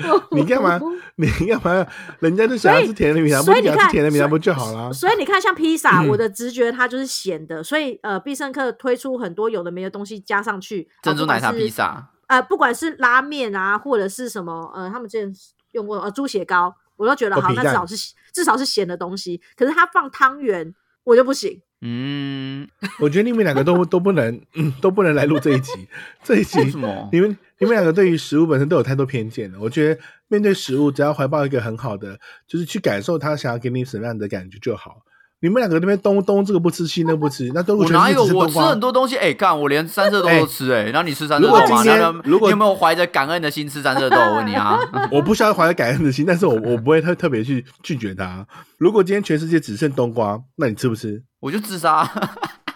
[SPEAKER 2] 我
[SPEAKER 1] 你干嘛你干嘛？人家就想要吃甜的米肠，不
[SPEAKER 2] 所以你
[SPEAKER 1] 想
[SPEAKER 2] 看
[SPEAKER 1] 吃甜的米肠
[SPEAKER 2] 所
[SPEAKER 1] 不就好啦？
[SPEAKER 2] 所以你看，像披萨，
[SPEAKER 1] 嗯
[SPEAKER 2] 我的直觉它就是咸的，所以呃，必胜客推出很多有的没的东西加上去，啊
[SPEAKER 3] 珍珠奶茶披，
[SPEAKER 2] 不管是
[SPEAKER 3] 萨，
[SPEAKER 2] 呃，不管是拉面啊，或者是什么，呃，他们之前用过呃猪血糕，我都觉得
[SPEAKER 1] 哦
[SPEAKER 2] 好，
[SPEAKER 1] 皮
[SPEAKER 2] 那
[SPEAKER 1] 蛋
[SPEAKER 2] 至少是至少是咸的东西。可是它放汤圆，我就不行。
[SPEAKER 3] 嗯，
[SPEAKER 1] 我觉得你们两个都都不能、嗯都不能来录这一集，这一集
[SPEAKER 3] 为什么？
[SPEAKER 1] 你们你们两个对于食物本身都有太多偏见了。我觉得面对食物，只要怀抱一个很好的，就是去感受它想要给你什么样的感觉就好。你们两个那边东东这个不吃西那个不吃，那都
[SPEAKER 3] 我
[SPEAKER 1] 全
[SPEAKER 3] 哪
[SPEAKER 1] 是
[SPEAKER 3] 有？
[SPEAKER 1] 只吃
[SPEAKER 3] 我
[SPEAKER 1] 冬
[SPEAKER 3] 吃
[SPEAKER 1] 瓜
[SPEAKER 3] 很。多东西，哎、干，我连三色豆
[SPEAKER 1] 哎
[SPEAKER 3] 都吃、哎、然后你吃三色
[SPEAKER 1] 如
[SPEAKER 3] 豆
[SPEAKER 1] 果
[SPEAKER 3] 吗？
[SPEAKER 1] 今天
[SPEAKER 3] 那
[SPEAKER 1] 如果
[SPEAKER 3] 你有没有怀着感恩的心吃三色豆？我问你 啊，
[SPEAKER 1] 我不需要怀着感恩的心，但是我我不会特特别去拒绝它。如果今天全世界只剩冬瓜，那你吃不吃？
[SPEAKER 3] 我就自杀。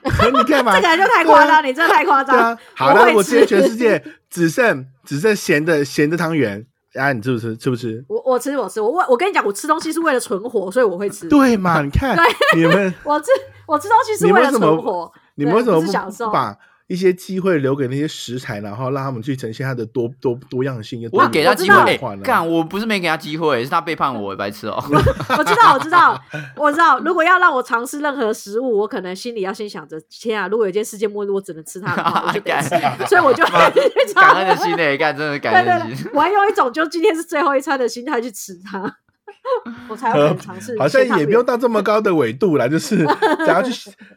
[SPEAKER 1] 你干嘛？
[SPEAKER 2] 这个就太
[SPEAKER 1] 对
[SPEAKER 2] 夸
[SPEAKER 1] 啊
[SPEAKER 2] 张，你这太夸
[SPEAKER 1] 对
[SPEAKER 2] 张
[SPEAKER 1] 啊。，好
[SPEAKER 2] 我
[SPEAKER 1] 了，
[SPEAKER 2] 会
[SPEAKER 1] 我
[SPEAKER 2] 吃
[SPEAKER 1] 今天全世界只剩只剩咸的咸的汤圆，啊，你吃不吃？吃不吃？
[SPEAKER 2] 我我吃我吃我我我跟你讲，我吃东西是为了存活，所以我会吃。
[SPEAKER 1] 对嘛？你看你们
[SPEAKER 2] 我吃我吃东西是
[SPEAKER 1] 你
[SPEAKER 2] 为
[SPEAKER 1] 为
[SPEAKER 2] 了
[SPEAKER 1] 什
[SPEAKER 2] 存
[SPEAKER 1] 么
[SPEAKER 2] 活。
[SPEAKER 1] 你们为什么
[SPEAKER 2] 不是享
[SPEAKER 1] 不
[SPEAKER 2] 受
[SPEAKER 1] 不把一些机会留给那些食材，然后让他们去呈现它的多多多样性？
[SPEAKER 3] 我给他
[SPEAKER 2] 知
[SPEAKER 3] 机
[SPEAKER 2] 道
[SPEAKER 3] 会，
[SPEAKER 1] 哎
[SPEAKER 3] 哎，干、我不是没给他机会，是他背叛我，白痴哦、
[SPEAKER 2] 我知道，我知道，我知道。如果要让我尝试任何食物，我可能心里要先想着：天啊，如果有一天世界末日，我只能吃它的话，我就 得吃
[SPEAKER 3] 干
[SPEAKER 2] 所以我就会去
[SPEAKER 3] 感
[SPEAKER 2] 尝
[SPEAKER 3] 恩。的心哎、干，真的感
[SPEAKER 2] 对
[SPEAKER 3] 恩
[SPEAKER 2] 对
[SPEAKER 3] 的心
[SPEAKER 2] 对，。我还用一种就今天是最后一餐的心态去吃它，我才有可能尝试。
[SPEAKER 1] 呃好像也不用，到这么高的纬度啦， 就是只要去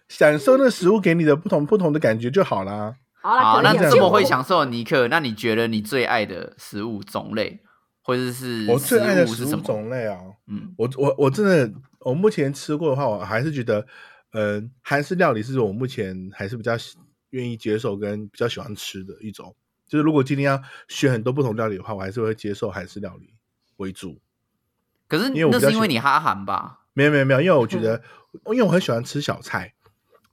[SPEAKER 1] 享受那食物给你的不同不同的感觉就好啦。
[SPEAKER 2] 好了，
[SPEAKER 3] 好，
[SPEAKER 2] 可
[SPEAKER 3] 那
[SPEAKER 2] 以啊
[SPEAKER 3] 这么会
[SPEAKER 2] 其实我
[SPEAKER 3] 享受的尼克，那你觉得你最爱的食物种类，或者是
[SPEAKER 1] 我最爱的
[SPEAKER 3] 食
[SPEAKER 1] 食
[SPEAKER 3] 物是什
[SPEAKER 1] 物
[SPEAKER 3] 么？
[SPEAKER 1] 种类啊，
[SPEAKER 3] 嗯，
[SPEAKER 1] 我我我真的，我目前吃过的话，我还是觉得，嗯、韩式料理是我目前还是比较喜愿意接受跟比较喜欢吃的一种。就是如果今天要选很多不同料理的话，我还是会接受韩式料理为主。
[SPEAKER 3] 可是
[SPEAKER 1] 因为我
[SPEAKER 3] 那
[SPEAKER 1] 比较
[SPEAKER 3] 是因为
[SPEAKER 1] 喜
[SPEAKER 3] 你哈韩吧？
[SPEAKER 1] 没有没有没有，因为我觉得，因为我很喜欢吃小菜，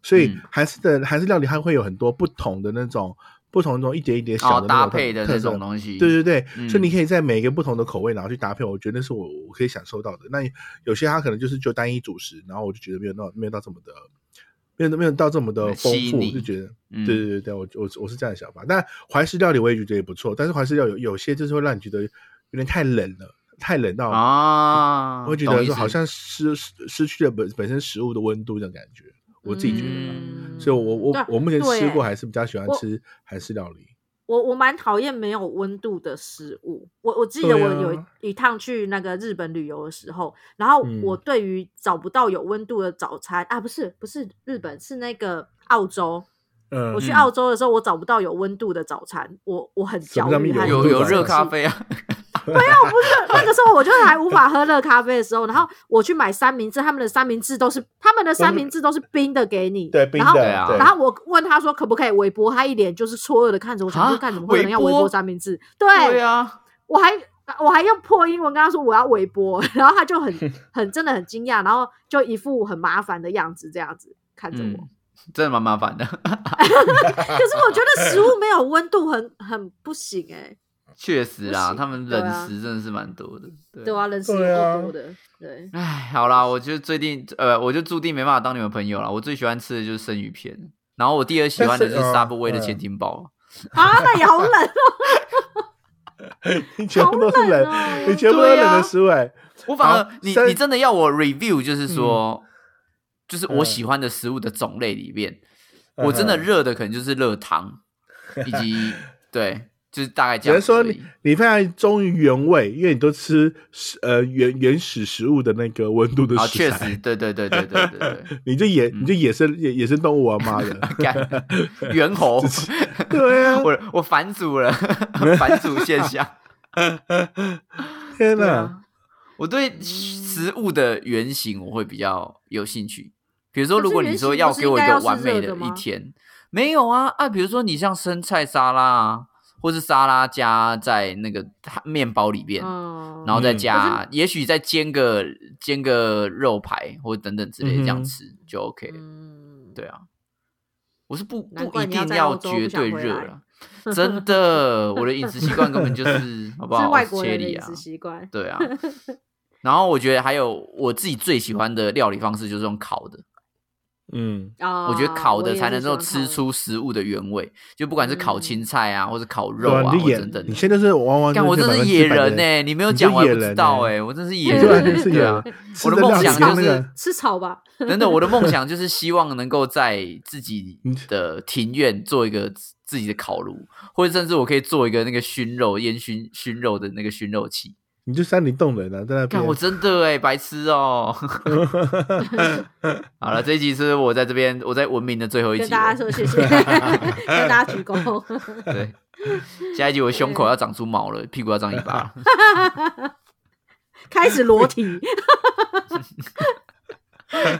[SPEAKER 1] 所以
[SPEAKER 3] 嗯
[SPEAKER 1] 韩式的韩式料理它会有很多不同的那种不同那种一点一点小
[SPEAKER 3] 哦
[SPEAKER 1] 的，那
[SPEAKER 3] 搭
[SPEAKER 1] 种特
[SPEAKER 3] 配的
[SPEAKER 1] 特
[SPEAKER 3] 那
[SPEAKER 1] 色
[SPEAKER 3] 种东西。
[SPEAKER 1] 对对对，
[SPEAKER 3] 嗯
[SPEAKER 1] 所以你可以在每一个不同的口味，然后去搭配，我觉得那是我我可以享受到的。那有些它可能就是就单一主食，然后我就觉得没有到没有到这么的，没有没有到这么的丰
[SPEAKER 3] 吸引
[SPEAKER 1] 富，
[SPEAKER 3] 你
[SPEAKER 1] 就觉得。
[SPEAKER 3] 嗯
[SPEAKER 1] 对对对对，我我我是这样的想法。但怀石料理我也觉得也不错，但是怀石料理有有些就是会让你觉得有点太冷了，太冷到、
[SPEAKER 3] 啊，
[SPEAKER 1] 我会觉
[SPEAKER 3] 懂
[SPEAKER 1] 得
[SPEAKER 3] 意
[SPEAKER 1] 说
[SPEAKER 3] 思
[SPEAKER 1] 好像失失失去了本本身食物的温度这种感觉，我自己觉得啦。
[SPEAKER 3] 嗯
[SPEAKER 1] 所以我我
[SPEAKER 2] 对
[SPEAKER 1] 我目前
[SPEAKER 2] 对
[SPEAKER 1] 吃过
[SPEAKER 2] 欸
[SPEAKER 1] 还是比较喜欢
[SPEAKER 2] 我
[SPEAKER 1] 吃韩式料理。
[SPEAKER 2] 我我蛮讨厌没有温度的食物。我我记得
[SPEAKER 1] 对
[SPEAKER 2] 我
[SPEAKER 1] 啊
[SPEAKER 2] 有一一趟去那个日本旅游的时候，然后
[SPEAKER 1] 嗯
[SPEAKER 2] 我对于找不到有温度的早餐、啊，不是不是日本，是那个澳洲。
[SPEAKER 1] 嗯
[SPEAKER 2] 我去
[SPEAKER 3] 嗯
[SPEAKER 2] 澳洲的时候，我找不到有温度的早餐，我我很
[SPEAKER 1] 什
[SPEAKER 2] 焦
[SPEAKER 1] 么叫密
[SPEAKER 2] 虑和
[SPEAKER 1] 有
[SPEAKER 3] 有
[SPEAKER 1] 温度
[SPEAKER 3] 有
[SPEAKER 1] 的
[SPEAKER 3] 热
[SPEAKER 1] 早
[SPEAKER 3] 咖啡啊，
[SPEAKER 2] 不是那个时候，我就还无法喝热咖啡的时候，然后我去买三明治，他们的三明治都是他们的三明治都是冰的给你，
[SPEAKER 1] 对冰
[SPEAKER 2] 然后
[SPEAKER 1] 的，
[SPEAKER 3] 对啊
[SPEAKER 1] 对
[SPEAKER 2] 然后我问他说可不可以微波，他一脸就是错愕的看着我，想说
[SPEAKER 3] 啊
[SPEAKER 2] 干什么会有人要
[SPEAKER 3] 微
[SPEAKER 2] 微
[SPEAKER 3] 波
[SPEAKER 2] 波三明治？ 对，
[SPEAKER 3] 对啊，
[SPEAKER 2] 我还我还用破英文跟他说我要微波，然后他就 很很真的很惊讶，然后就一副很麻烦的样子，这样子看着我。
[SPEAKER 3] 嗯，真的蛮麻烦的，
[SPEAKER 2] 可是我觉得食物没有温度很很不行哎、
[SPEAKER 3] 确实啦，
[SPEAKER 2] 不行
[SPEAKER 3] 他们
[SPEAKER 2] 对
[SPEAKER 3] 冷
[SPEAKER 2] 啊
[SPEAKER 3] 食真的是蛮多的，
[SPEAKER 2] 对啊，人是
[SPEAKER 1] 对啊
[SPEAKER 2] 够多的，对。
[SPEAKER 3] 哎，好啦，我就最近呃，我就注定没办法当你们朋友了。我最喜欢吃的就是生鱼片，然后我第二喜欢的是
[SPEAKER 1] 但是呃
[SPEAKER 3] Subway 的
[SPEAKER 1] 嗯
[SPEAKER 3] 千金堡。
[SPEAKER 2] 啊，那也好冷哦，
[SPEAKER 1] 你全部都是
[SPEAKER 2] 好冷
[SPEAKER 1] 冷，
[SPEAKER 2] 哦
[SPEAKER 1] 你全部都是
[SPEAKER 3] 对啊
[SPEAKER 1] 冷的食物、欸。
[SPEAKER 3] 我反而
[SPEAKER 1] 好
[SPEAKER 3] 你
[SPEAKER 1] 生
[SPEAKER 3] 你真的要我 review，就是说，就是我
[SPEAKER 1] 嗯
[SPEAKER 3] 喜欢的食物的种类里面，
[SPEAKER 1] 嗯
[SPEAKER 3] 我真的
[SPEAKER 1] 哼
[SPEAKER 3] 热的可能就是热汤，以及对就是大概
[SPEAKER 1] 只
[SPEAKER 3] 这样
[SPEAKER 1] 能
[SPEAKER 3] 子
[SPEAKER 1] 说
[SPEAKER 3] 而已。
[SPEAKER 1] 你你非常忠于原味，因为你都吃食呃原原始食物的那个温度的
[SPEAKER 3] 啊，
[SPEAKER 1] 食
[SPEAKER 3] 确
[SPEAKER 1] 材
[SPEAKER 3] 实，，对对对对对对对，
[SPEAKER 1] 你就野
[SPEAKER 3] 嗯
[SPEAKER 1] 你就野生野野生动物啊 妈的，
[SPEAKER 3] 干猿猴，
[SPEAKER 1] 对啊，
[SPEAKER 3] 我我反祖 了，反祖现象。
[SPEAKER 1] 天
[SPEAKER 3] 对
[SPEAKER 1] 哪，
[SPEAKER 3] 啊，我
[SPEAKER 2] 嗯
[SPEAKER 3] 对食物的原型我会比较有兴趣。比如说，
[SPEAKER 2] 可是
[SPEAKER 3] 如果你说要给我一个完美
[SPEAKER 2] 原型不是应该要是热的
[SPEAKER 3] 一
[SPEAKER 2] 吗
[SPEAKER 3] 天，没有啊啊，比如说你像生菜沙拉啊，或是沙拉加在那个面包里面，
[SPEAKER 2] 嗯，
[SPEAKER 3] 然后再
[SPEAKER 1] 嗯
[SPEAKER 3] 加，也许再煎个煎个肉排或等等之类，这
[SPEAKER 1] 嗯
[SPEAKER 3] 样
[SPEAKER 1] 哼
[SPEAKER 3] 吃就 OK 了。
[SPEAKER 2] 嗯，
[SPEAKER 3] 对啊，我是不
[SPEAKER 2] 难
[SPEAKER 3] 不
[SPEAKER 2] 怪
[SPEAKER 3] 一
[SPEAKER 2] 你要
[SPEAKER 3] 定
[SPEAKER 2] 在
[SPEAKER 3] 要
[SPEAKER 2] 欧洲
[SPEAKER 3] 绝
[SPEAKER 2] 不想
[SPEAKER 3] 对
[SPEAKER 2] 回
[SPEAKER 3] 热
[SPEAKER 2] 来
[SPEAKER 3] 了，真 的，我的饮食习惯根本就是好不好？
[SPEAKER 2] 是外国
[SPEAKER 3] 切
[SPEAKER 2] 人的
[SPEAKER 3] 里
[SPEAKER 2] 饮
[SPEAKER 3] 啊
[SPEAKER 2] 食，习惯。
[SPEAKER 3] 对啊。然后我觉得还有我自己最喜欢的料理方式就是用烤的，
[SPEAKER 1] 嗯
[SPEAKER 2] 啊，
[SPEAKER 3] 我觉得烤的
[SPEAKER 2] 也
[SPEAKER 3] 才
[SPEAKER 2] 是
[SPEAKER 3] 能
[SPEAKER 2] 喜
[SPEAKER 3] 够
[SPEAKER 2] 欢
[SPEAKER 3] 吃
[SPEAKER 2] 烤的
[SPEAKER 3] 出食物的原味，就不管是烤
[SPEAKER 2] 嗯
[SPEAKER 3] 青菜啊，或者烤肉
[SPEAKER 1] 对啊，
[SPEAKER 3] 啊，
[SPEAKER 1] 你就
[SPEAKER 3] 或
[SPEAKER 1] 野
[SPEAKER 3] 等等的
[SPEAKER 1] 你。现在是完完全
[SPEAKER 3] 干，我
[SPEAKER 1] 全
[SPEAKER 3] 真
[SPEAKER 1] 百
[SPEAKER 3] 是
[SPEAKER 1] 分
[SPEAKER 3] 野
[SPEAKER 1] 之百
[SPEAKER 3] 人
[SPEAKER 1] 的
[SPEAKER 3] 呢、你没有
[SPEAKER 1] 你
[SPEAKER 3] 讲
[SPEAKER 1] 就
[SPEAKER 3] 我还
[SPEAKER 1] 野
[SPEAKER 3] 不知
[SPEAKER 1] 人
[SPEAKER 3] 道
[SPEAKER 1] 欸
[SPEAKER 3] 哎、我真 是
[SPEAKER 1] 你
[SPEAKER 3] 野
[SPEAKER 1] 就完全
[SPEAKER 3] 人，
[SPEAKER 1] 是野
[SPEAKER 3] 对啊
[SPEAKER 1] 人，，吃
[SPEAKER 3] 我的
[SPEAKER 1] 的啊
[SPEAKER 3] 梦
[SPEAKER 1] 料理
[SPEAKER 3] 想
[SPEAKER 1] 跟
[SPEAKER 3] 就
[SPEAKER 1] 那
[SPEAKER 3] 是
[SPEAKER 1] 个
[SPEAKER 2] 吃草吧，
[SPEAKER 3] 真的，我的梦想就是希望能够在自己的庭院做一个自己的烤炉，或者甚至我可以做一个那个熏肉、烟熏熏肉的那个熏肉器。
[SPEAKER 1] 你就山里洞人啊，在那边
[SPEAKER 3] 看，我真的哎、白痴哦、 好了，这一集是我在这边，我在文明的最后一
[SPEAKER 2] 跟
[SPEAKER 3] 集
[SPEAKER 2] 大家
[SPEAKER 3] 了。
[SPEAKER 2] 说谢谢，跟大家鞠躬。
[SPEAKER 3] 对，下一集我胸口要长出毛了，屁股要长尾巴了。
[SPEAKER 2] 开始裸体，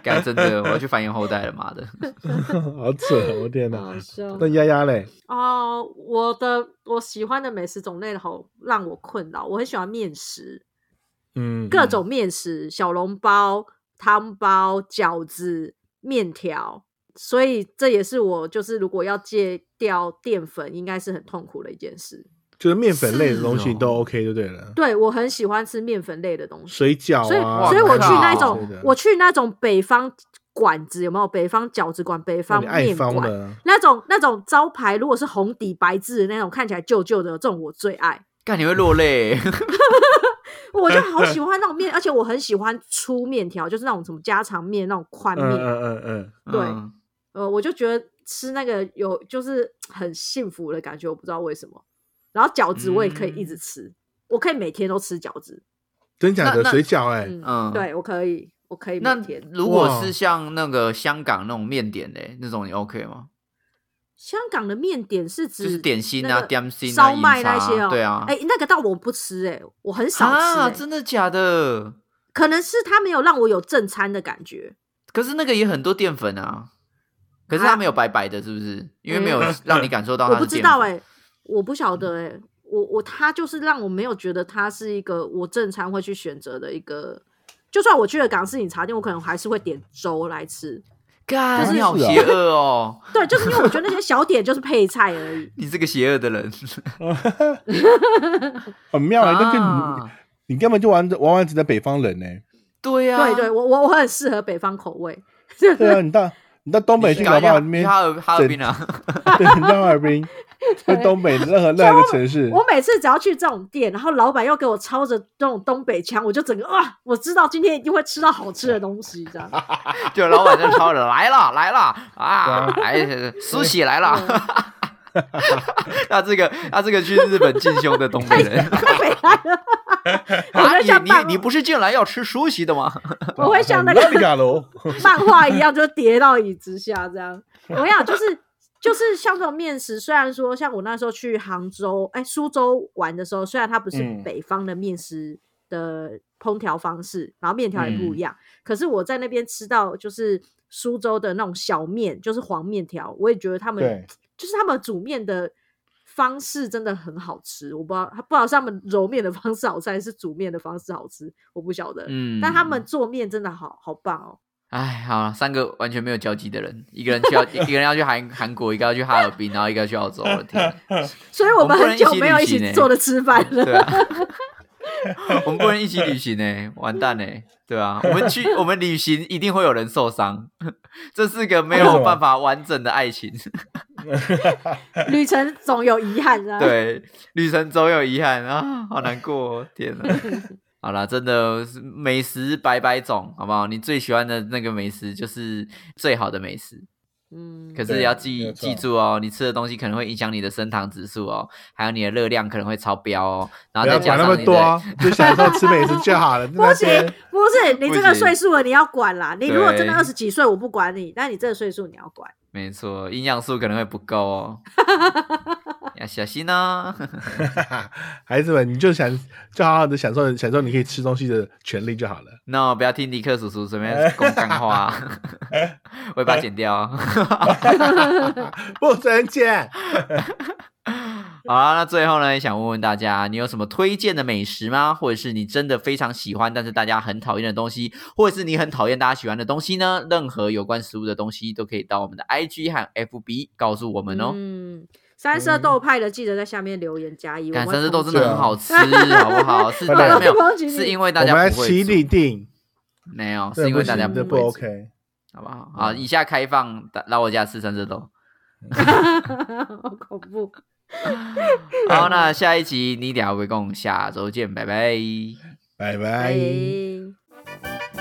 [SPEAKER 3] 该真的，我要去繁衍后代了，妈的！
[SPEAKER 1] 好扯，哦我天哪！
[SPEAKER 2] 好笑
[SPEAKER 1] 那丫丫嘞，
[SPEAKER 2] 哦！我的我喜欢的美食种类好让我困扰，我很喜欢面食，
[SPEAKER 1] 嗯，
[SPEAKER 2] 各种面食，小笼包、汤包、饺子、面条，所以这也是我就是如果要戒掉淀粉，应该是很痛苦的一件事。
[SPEAKER 1] 就是面粉类的东
[SPEAKER 3] 是
[SPEAKER 1] 西
[SPEAKER 3] 哦
[SPEAKER 1] 都 OK 就对了，
[SPEAKER 2] 对我很喜欢吃面粉类的东西，
[SPEAKER 1] 水饺
[SPEAKER 2] 所以，
[SPEAKER 1] 啊，
[SPEAKER 2] 所以我去那
[SPEAKER 3] 哇靠
[SPEAKER 2] 种，我去那种北方馆子有没有？北方饺子馆、北方
[SPEAKER 1] 放爱
[SPEAKER 2] 面
[SPEAKER 1] 方
[SPEAKER 2] 馆，
[SPEAKER 1] 的，
[SPEAKER 2] 那种那种招牌，如果是红底白字的那种，看起来旧旧的，这种我最爱。
[SPEAKER 3] 干你会落泪，
[SPEAKER 2] 我 就好喜欢那种面，而且我很喜欢粗面条，就是那种什么家常面那种宽
[SPEAKER 1] 嗯
[SPEAKER 2] 面。
[SPEAKER 1] 嗯嗯嗯，
[SPEAKER 2] 对
[SPEAKER 3] 嗯
[SPEAKER 2] 呃，我就觉得吃那个有就是很幸福的感觉，我不知道为什么。然后饺子我也可以一
[SPEAKER 1] 嗯
[SPEAKER 2] 直吃，我可以每天都吃饺子。
[SPEAKER 1] 真假
[SPEAKER 3] 那
[SPEAKER 1] 的
[SPEAKER 3] 那
[SPEAKER 1] 水饺哎，
[SPEAKER 2] 嗯，
[SPEAKER 3] 嗯，
[SPEAKER 2] 对我可以，我可以每
[SPEAKER 3] 那
[SPEAKER 2] 天。
[SPEAKER 3] 如果
[SPEAKER 1] 哇
[SPEAKER 3] 是像那个香港那种面点嘞，那种你 OK 吗？
[SPEAKER 2] 香港的面点是指
[SPEAKER 3] 就是点心
[SPEAKER 2] 那
[SPEAKER 3] 啊、
[SPEAKER 2] 个
[SPEAKER 3] 点心啊、
[SPEAKER 2] 烧
[SPEAKER 3] 饮
[SPEAKER 2] 麦
[SPEAKER 3] 茶
[SPEAKER 2] 那些哦、
[SPEAKER 3] 啊对啊。
[SPEAKER 2] 哎、那个倒我不吃、哎，我很少吃、
[SPEAKER 3] 啊，
[SPEAKER 2] 哎
[SPEAKER 3] 真的假的？
[SPEAKER 2] 可能是他没有让我有正餐的感觉。
[SPEAKER 3] 可是那个也很多淀粉啊。可是它
[SPEAKER 2] 啊
[SPEAKER 3] 没有白白的，是不是？因为没有
[SPEAKER 2] 嗯
[SPEAKER 3] 让你感受到它
[SPEAKER 2] 我
[SPEAKER 3] 的
[SPEAKER 2] 不知
[SPEAKER 3] 淀
[SPEAKER 2] 道
[SPEAKER 3] 粉。
[SPEAKER 2] 哎、我不
[SPEAKER 3] 嗯
[SPEAKER 2] 晓得哎、我我他就是让我没有觉得他是一个我正常会去选择的一个。就算我去了港式饮茶店，我可能还是会点粥来吃。
[SPEAKER 3] 干，
[SPEAKER 1] 就是
[SPEAKER 3] 你好
[SPEAKER 1] 是啊
[SPEAKER 3] 邪恶哦！。
[SPEAKER 2] 对，就是因为我觉得那些小点就是配菜而已
[SPEAKER 3] 你这个邪恶的 人。
[SPEAKER 1] 很妙哎，但是
[SPEAKER 3] 啊，
[SPEAKER 1] 你你根本就完完完整的北方人 呢，
[SPEAKER 3] 对啊呀，
[SPEAKER 2] 对对，我我我很适合北方口味。
[SPEAKER 1] 对啊，你到你到东北去
[SPEAKER 3] 你
[SPEAKER 1] 搞
[SPEAKER 3] 赶
[SPEAKER 1] 不
[SPEAKER 3] 快去
[SPEAKER 1] 好那边，
[SPEAKER 3] 哈尔哈尔滨啊，
[SPEAKER 1] 对，你到哈尔滨，在东北任何任何一个城市，
[SPEAKER 2] 我每次只要去这种店，然后老板又给我操着那种东北腔，我就整个啊，我知道今天一定会吃到好吃的东西， 这样。
[SPEAKER 3] 就老板就吵着来了来了啊，来苏喜来了。
[SPEAKER 2] 嗯
[SPEAKER 3] 那这个那这个去日本进修的东北人。
[SPEAKER 2] 太北来了， 我
[SPEAKER 3] 啊，
[SPEAKER 2] 会像
[SPEAKER 3] 你
[SPEAKER 2] 漫
[SPEAKER 3] 你你不是进来要吃熟悉的吗？
[SPEAKER 2] 我 会像那个
[SPEAKER 1] 里嘎 喽，
[SPEAKER 2] 漫画一样，就跌到椅子下 这样。我跟你讲，就是就是像这种面食，虽然说像我那时候去杭州，哎、苏州玩的时候，虽然它不是
[SPEAKER 1] 嗯
[SPEAKER 2] 北方的面食的烹调方式，然后面条也不一样，
[SPEAKER 1] 嗯
[SPEAKER 2] 可是我在那边吃到就是苏州的那种小面，就是黄面条，我也觉得他们
[SPEAKER 1] 对
[SPEAKER 2] 就是他们煮面的。方式真的很好吃，我不知道，不知道是他们揉面的方式好吃，还是煮面的方式好吃，我不晓得。
[SPEAKER 3] 嗯
[SPEAKER 2] 但他们做面真的好好棒哦，
[SPEAKER 3] 哎，好了，三个完全没有交集的人，一个人去要一个人要去韩韩国，一个要去哈尔滨，然后一个要去澳洲。我的天啊，
[SPEAKER 2] 所以我们很久没有
[SPEAKER 3] 我们不
[SPEAKER 2] 一
[SPEAKER 3] 能一起旅行欸
[SPEAKER 2] 起坐着吃饭了。
[SPEAKER 3] 对啊， 我们不能一起旅行呢、完蛋呢、对啊，我们去我们旅行一定会有人受伤，这是个没有办法完整的爱情。
[SPEAKER 2] 旅程总有遗憾啊。，
[SPEAKER 3] 对，旅程总有遗憾啊，好难过、哦，天哪！好啦，真的是美食百百种，好不好？你最喜欢的那个美食就是最好的美食。
[SPEAKER 2] 嗯，
[SPEAKER 3] 可
[SPEAKER 1] 对啊
[SPEAKER 3] 是要
[SPEAKER 1] 没
[SPEAKER 3] 记
[SPEAKER 1] 有错
[SPEAKER 3] 记住哦，你吃的东西可能会影响你的升糖指数哦，还有你的热量可能会超标哦，然
[SPEAKER 1] 不
[SPEAKER 3] 后
[SPEAKER 1] 要
[SPEAKER 3] 再
[SPEAKER 1] 管
[SPEAKER 3] 加
[SPEAKER 1] 那么
[SPEAKER 3] 上你的
[SPEAKER 1] 多哦，就小时候吃美食就好了。
[SPEAKER 2] 不
[SPEAKER 1] 那
[SPEAKER 2] 行
[SPEAKER 1] 些，
[SPEAKER 2] 不是你
[SPEAKER 3] 不
[SPEAKER 2] 这个
[SPEAKER 3] 行
[SPEAKER 2] 岁数了，你要管啦。你如果真
[SPEAKER 3] 对
[SPEAKER 2] 的二十几岁，我不管你，但你这个岁数你要管。
[SPEAKER 3] 没错，营养素可能会不够 哦，要小心哦。
[SPEAKER 1] 孩子们，你就想就好好的享受享受你可以吃东西的权利就好了。
[SPEAKER 3] no，不要听尼克叔叔随 便公干话，我会把它剪掉哦。
[SPEAKER 1] 不准剪。
[SPEAKER 3] 好啦，那最后呢，也想问问大家，你有什么推荐的美食吗？或者是你真的非常喜欢，但是大家很讨厌的东西，或者是你很讨厌大家喜欢的东西呢？任何有关食物的东西，都可以到我们的 IG 和 FB 告诉我们哦。
[SPEAKER 2] 嗯，三色豆派的记得在下面留言加一。
[SPEAKER 3] 干
[SPEAKER 2] 我
[SPEAKER 3] 三
[SPEAKER 2] 们
[SPEAKER 3] 色豆真的
[SPEAKER 1] 对
[SPEAKER 3] 很
[SPEAKER 1] 啊
[SPEAKER 3] 好吃，好不好？是
[SPEAKER 1] 快
[SPEAKER 3] 大家
[SPEAKER 1] 点
[SPEAKER 3] 没有
[SPEAKER 2] 我都忘记，你
[SPEAKER 3] 是因为
[SPEAKER 1] 啊我
[SPEAKER 3] 大
[SPEAKER 1] 们
[SPEAKER 3] 家
[SPEAKER 1] 来
[SPEAKER 3] 不会
[SPEAKER 1] 起
[SPEAKER 3] 煮
[SPEAKER 1] 立定，
[SPEAKER 3] 没有，
[SPEAKER 1] 这
[SPEAKER 3] 是因为
[SPEAKER 1] 不
[SPEAKER 3] 大家
[SPEAKER 1] 行这
[SPEAKER 3] 不
[SPEAKER 1] 不
[SPEAKER 3] 会煮，
[SPEAKER 1] OK。
[SPEAKER 3] 好不好？好，以下开放大来我家吃三色 豆。
[SPEAKER 2] 好恐怖。
[SPEAKER 3] 好，那下一
[SPEAKER 1] 哎
[SPEAKER 3] 集你俩回共，下周见，拜拜。
[SPEAKER 1] 拜拜。
[SPEAKER 2] 哎。